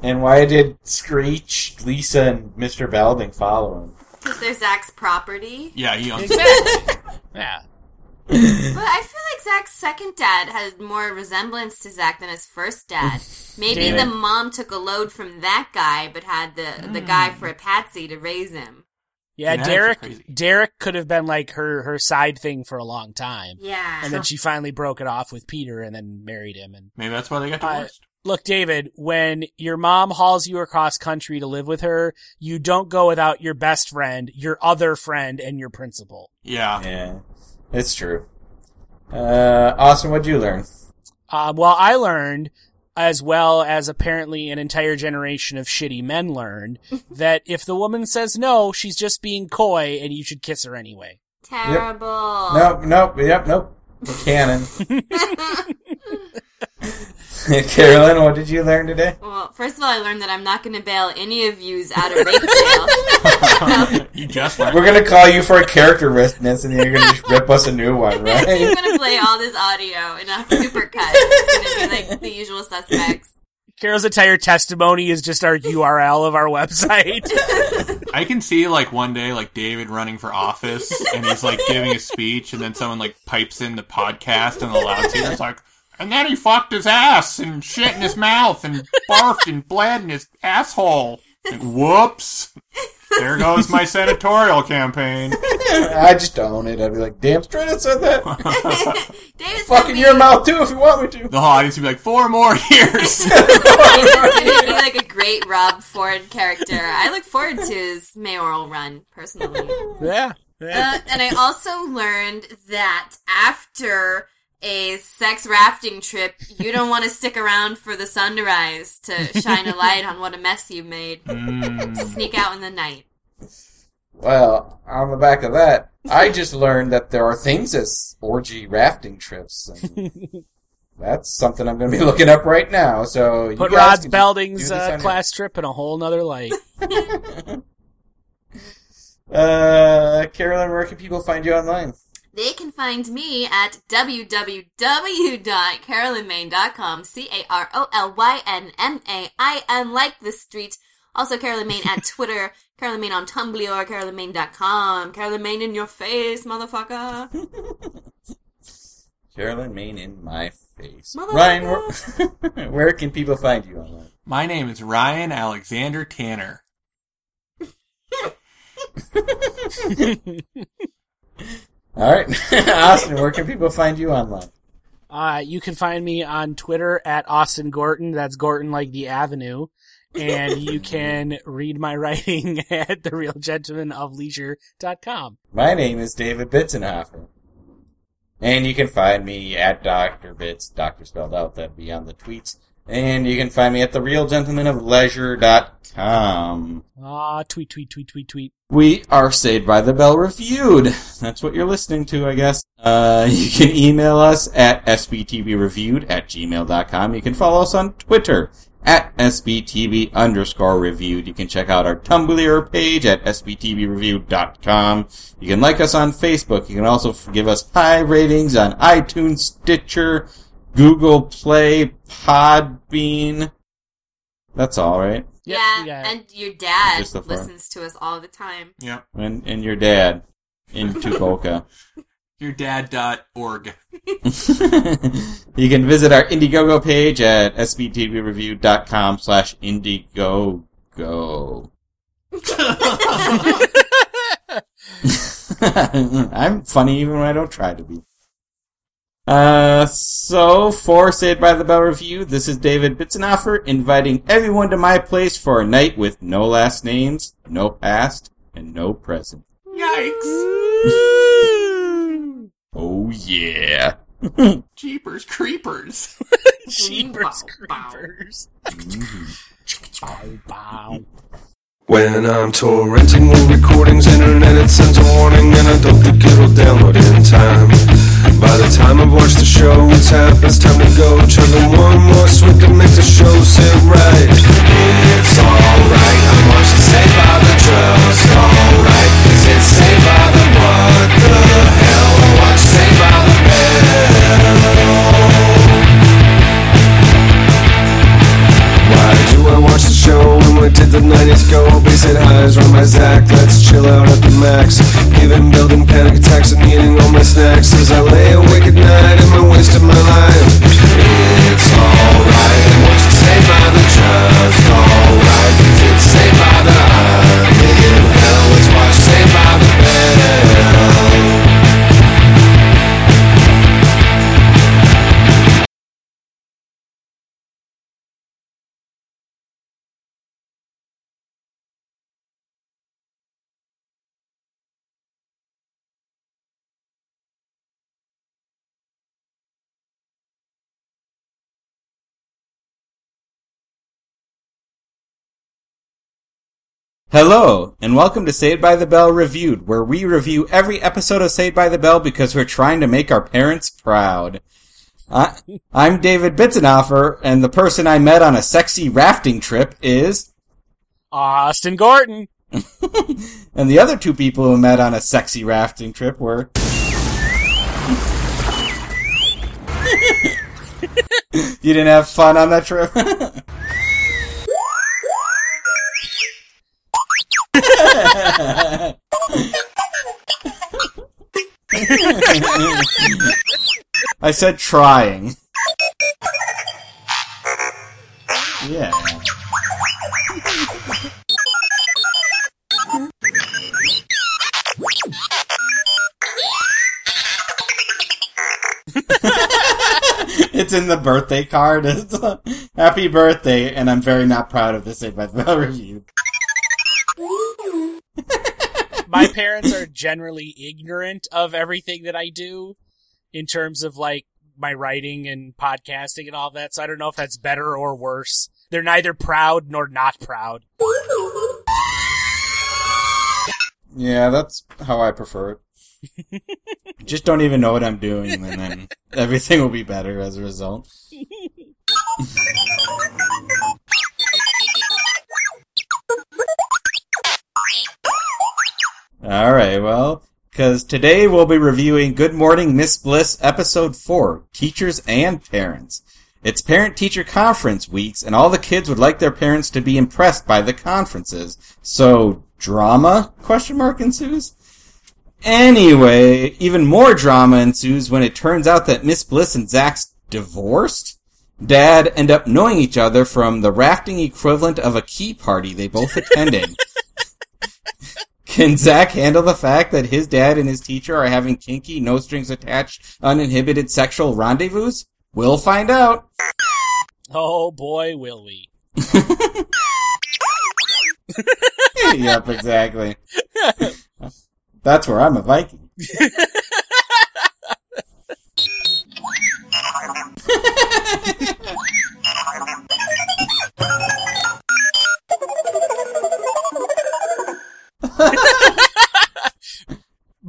A: And why did Screech, Lisa, and Mister Belding follow him?
B: Because they're Zach's property.
E: yeah, he owns
D: Yeah.
B: But I feel like Zach's second dad has more resemblance to Zach than his first dad. Maybe
A: Damn
B: the
A: it.
B: mom took a load from that guy, but had the
D: Hmm.
B: the guy for a patsy to raise him.
D: Yeah,
E: That's
D: Derek
E: crazy.
D: Derek could have been like her her side thing for a long time.
B: Yeah.
D: And then she finally broke it off with Peter and then married him and
E: Maybe that's why they got
D: I-
E: divorced.
D: Look, David, when your mom hauls you across country to live with her, you don't go without your best friend, your other friend, and your principal.
E: yeah.
A: Yeah, it's true. Uh, Austin, what'd you learn?
D: Um, well, I learned, as well as apparently an entire generation of shitty men learned, that if the woman says no, she's just being coy and you should kiss her anyway.
B: Terrible.
A: Nope, nope, yep, nope. Canon. Carolyn, what did you learn today?
B: Well, first of all, I learned that I'm not going to bail any of yous out of rape jail.
E: you just left.
A: We're gonna call you for a character reference, and you're gonna just rip us a new one,
B: I'm
A: right?
B: going to play all this audio in a supercut. It's going to be like the usual suspects.
D: Carol's entire testimony is just our URL of our website.
E: I can see like one day like David running for office and he's like giving a speech and then someone like pipes in the podcast and the loudspeaker's like and then he fucked his ass and shit in his mouth and barfed and bled in his asshole. Like, whoops. There goes my senatorial campaign.
A: I just own it. I'd be like, damn straight, I said that.
B: David's gonna
A: Fucking
B: be-
A: your mouth too, if you want me to.
E: The whole audience would be like, four more years.
B: It's going to be like a great Rob Ford character. I look forward to his mayoral run, personally.
D: yeah.
B: Uh, and I also learned that after a sex rafting trip, you don't want to stick around for the sun to rise to shine a light on what a mess you made.
E: Mm. Hmm.
B: Sneak out in the night.
A: Well, on the back of that, I just learned that there are things as orgy rafting trips. And that's something I'm gonna be looking up right now. So
D: Put
A: you guys
D: Rod
A: can
D: Belding's
A: do this on
D: uh,
A: your-
D: class trip in a whole nother light.
A: Uh, Carolyn, where can people find you online?
B: They can find me at www.carolynmain.com. C A R O L Y N M A I N, like the street. Also, Carolyn Main at Twitter, Carolyn Main on Tumblr, CarolynMain.com. Carolyn Main in your face, motherfucker.
A: Carolyn Main in my face.
B: Motherfucker.
A: Ryan, where, where can people find you online?
E: my name is Ryan Alexander Tanner.
A: All right, Austin, where can people find you online?
D: Uh, you can find me on Twitter at Austin Gorton. That's Gorton like the Avenue. And you can read my writing at therealgentlemanofleisure.com.
A: My name is David Bitzenhofer. And you can find me at Dr. Bitz, Dr. spelled out, that'd be on the tweets, And you can find me at therealgentlemanofleisure.com.
D: Ah, tweet, tweet, tweet, tweet, tweet.
A: We are Saved by the Bell Reviewed. That's what you're listening to, I guess. Uh, you can email us at sbtbreviewed at gmail.com. You can follow us on Twitter at sbtb underscore reviewed. You can check out our Tumblr page at sbtbreviewed.com. You can like us on Facebook. You can also f- give us high ratings on iTunes, Stitcher, Google Play, Podbean. That's all, right?
D: Yep,
B: yeah,
D: you got it.
B: and your dad
A: Just so far.
B: listens to us all the time.
E: Yeah.
A: And, and your dad in Tucoca.
E: Your dad.org.
A: you can visit our Indiegogo page at sbtvreview.com slash Indiegogo. I'm funny even when I don't try to be. Uh, so for Saved by the Bell review, this is David Bitsenoffer inviting everyone to my place for a night with no last names, no past, and no present.
E: Yikes.
A: Oh yeah.
E: Jeepers creepers.
D: Jeepers
B: Bow, bow.
D: creepers. Bow, bow.
C: When I'm torrenting old recordings, internet it sends a warning, and I don't think it'll download in time. By the time I've watched the show, it's half past time to go. Chugging one more sweep to make the show sit right. It's alright, I watched it saved by the drugs. Alright, cause it's saved by the what the hell? I watched saved by the Why do I watch the show when we did the 90s go? Base it highs, run my Zach, let's chill out at the max. Giving building panic attacks and eating all my snacks as I lay awake at night in my waste of my life. It's alright, and what you say by the trust, alright, cause it's saved by the I'm in hell, it's watched saved by the bell.
A: Hello, and welcome to Saved by the Bell Reviewed, where we review every episode of Saved by the Bell because we're trying to make our parents proud. I, I'm David Bitzenoffer, and the person I met on a sexy rafting trip is,
D: Austin Gordon.
A: and the other two people who met on a sexy rafting trip were. you didn't have fun on that trip? I said trying. Yeah. it's in the birthday card. It's, uh, Happy birthday, and I'm very not proud of this Saved by the Bell review.
D: my parents are generally ignorant of everything that I do in terms of like my writing and podcasting and all that. So I don't know if that's better or worse. They're neither proud nor not proud.
A: Yeah, that's how I prefer it. Just don't even know what I'm doing, and then everything will be better as a result. All right, well, because today we'll be reviewing Good Morning Miss Bliss Episode 4 Teachers and Parents. It's parent teacher conference weeks, and all the kids would like their parents to be impressed by the conferences. So, drama? Question mark ensues? Anyway, even more drama ensues when it turns out that Miss Bliss and Zach's divorced. Dad end up knowing each other from the rafting equivalent of a key party they both attended. Can Zach handle the fact that his dad and his teacher are having kinky, no strings attached, uninhibited sexual rendezvous? We'll find out.
D: Oh boy, will we.
A: yep, exactly. That's where I'm a Viking.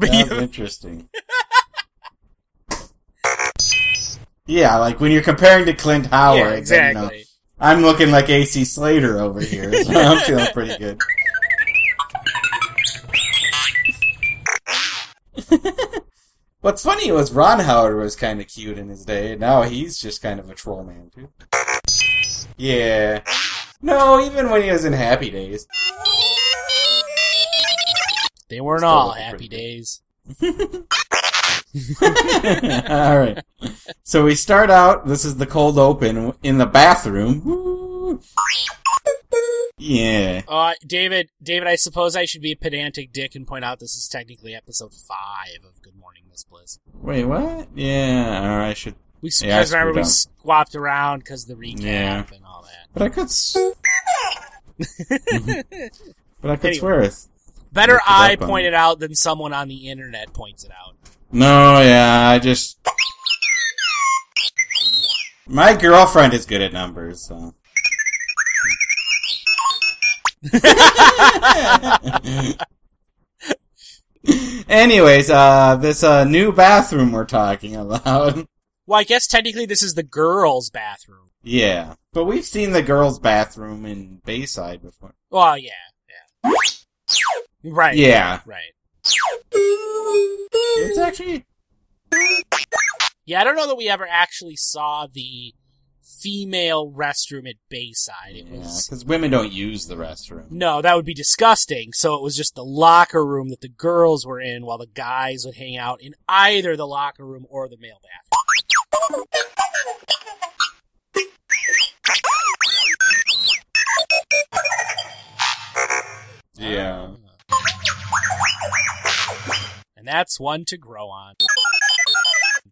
A: Interesting. yeah, like when you're comparing to Clint Howard,
D: yeah,
A: then, uh,
D: exactly.
A: I'm looking like AC Slater over here. So I'm feeling pretty good. What's funny was Ron Howard was kind of cute in his day. Now he's just kind of a troll man too. Yeah. No, even when he was in Happy Days.
D: They weren't
A: Still
D: all
A: looking
D: happy
A: pretty good.
D: days.
A: All right. So we start out. This is the cold open in the bathroom. Woo. Yeah.
D: Uh, David, David, I suppose I should be a pedantic dick and point out this is technically episode five of Good Morning Miss Bliss.
A: Wait, what? Yeah. All right. I should.
D: We
A: Yeah, I
D: because remember we
A: screwed
D: swapped around because the recap
A: Yeah.
D: and all that.
A: But I could. S- but I could
D: Anyway.
A: swear. It.
D: Better
A: Looked it
D: I
A: up on-
D: point it out than someone on the internet points it out.
A: No. Yeah. I just. My girlfriend is good at numbers, so. Anyways, uh, this uh, new bathroom we're talking about.
D: Well, I guess technically this is the girls' bathroom.
A: Yeah, but we've seen the girls' bathroom in Bayside before.
D: Well, yeah, yeah, right,
A: Yeah,
D: right.
A: it's actually
D: Yeah, I don't know that we ever actually saw the female restroom at Bayside. It was
A: because women don't use the restroom.
D: No, that would be disgusting. So it was just the locker room that the girls were in while the guys would hang out in either the locker room or the male bathroom.
A: Yeah,
D: And that's one to grow on.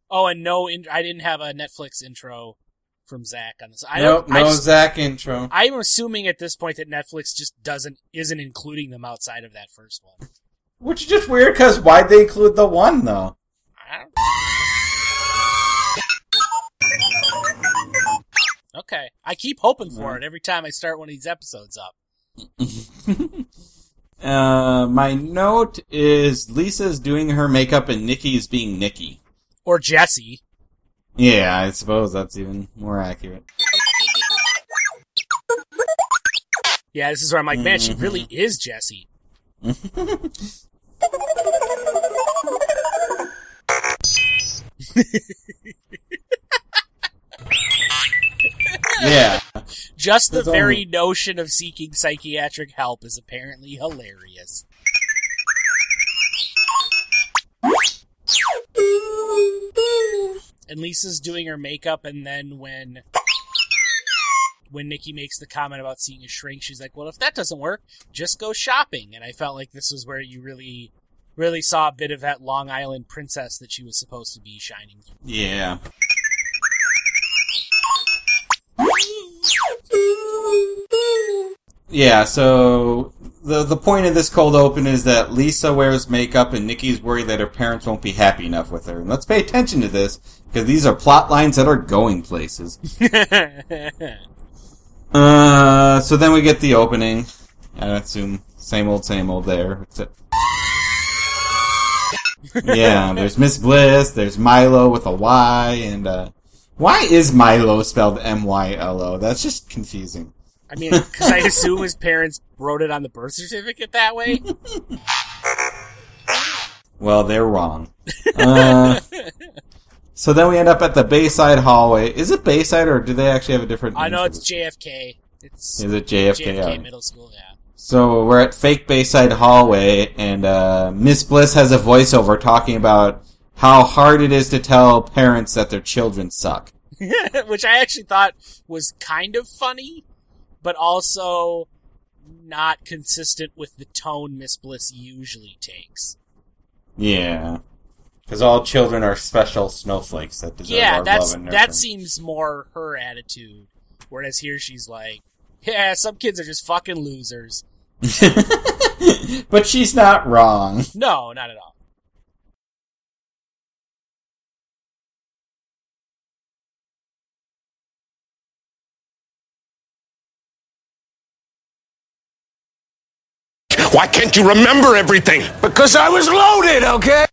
D: Oh, and no, in- I didn't have a Netflix intro from Zach on this. I
A: nope,
D: don't, I
A: no
D: just-
A: Zach intro.
D: I'm assuming at this point that Netflix just doesn't, isn't including them outside of that first one.
A: Which is just weird because why'd they include the one though?
D: I don't- Okay. I keep hoping for it every time I start one of these episodes up.
A: Uh, my note is Lisa's doing her makeup and Nikki's being Nikki.
D: Or Jesse.
A: Yeah, I suppose that's even more accurate.
D: Yeah, this is where I'm like, man, she really is Jesse.
A: Yeah,
D: Just the
A: That's
D: very
A: only-
D: notion of seeking psychiatric help is apparently hilarious. And Lisa's doing her makeup, and then when when Nikki makes the comment about seeing a shrink, she's like, "Well, if that doesn't work, just go shopping." And I felt like this was where you really, really saw a bit of that Long Island princess that she was supposed to be shining through.
A: yeah. Yeah, so the the point of this cold open is that Lisa wears makeup and Nikki's worried that her parents won't be happy enough with her. And let's pay attention to this because these are plot lines that are going places. Uh, so then we get the opening. I assume same old, same old there. Except... yeah, there's Miss Bliss, there's Milo with a Y, and uh, why is Milo spelled M Y L O? That's just confusing.
D: I mean, because I assume his parents wrote it on the birth certificate that way.
A: Well, they're wrong. Uh, so then we end up at the Bayside hallway. Is it Bayside or do they actually have a different?
D: I
A: name
D: know
A: for
D: it's
A: this?
D: JFK. It's
A: Is it JFK?
D: JFK
A: Alright.
D: Middle School. Yeah.
A: So we're at fake Bayside hallway, and uh, Miss Bliss has a voiceover talking about how hard it is to tell parents that their children suck.
D: Which I actually thought was kind of funny, but also not consistent with the tone Miss Bliss usually takes.
A: Yeah, because all children are special snowflakes that deserve
D: yeah,
A: our
D: that's
A: love and nurturing.
D: that seems more her attitude. Whereas here she's like, "Yeah, some kids are just fucking losers."
A: but she's not wrong.
D: No, not at all.
C: Why can't you remember everything? Because I was loaded, okay?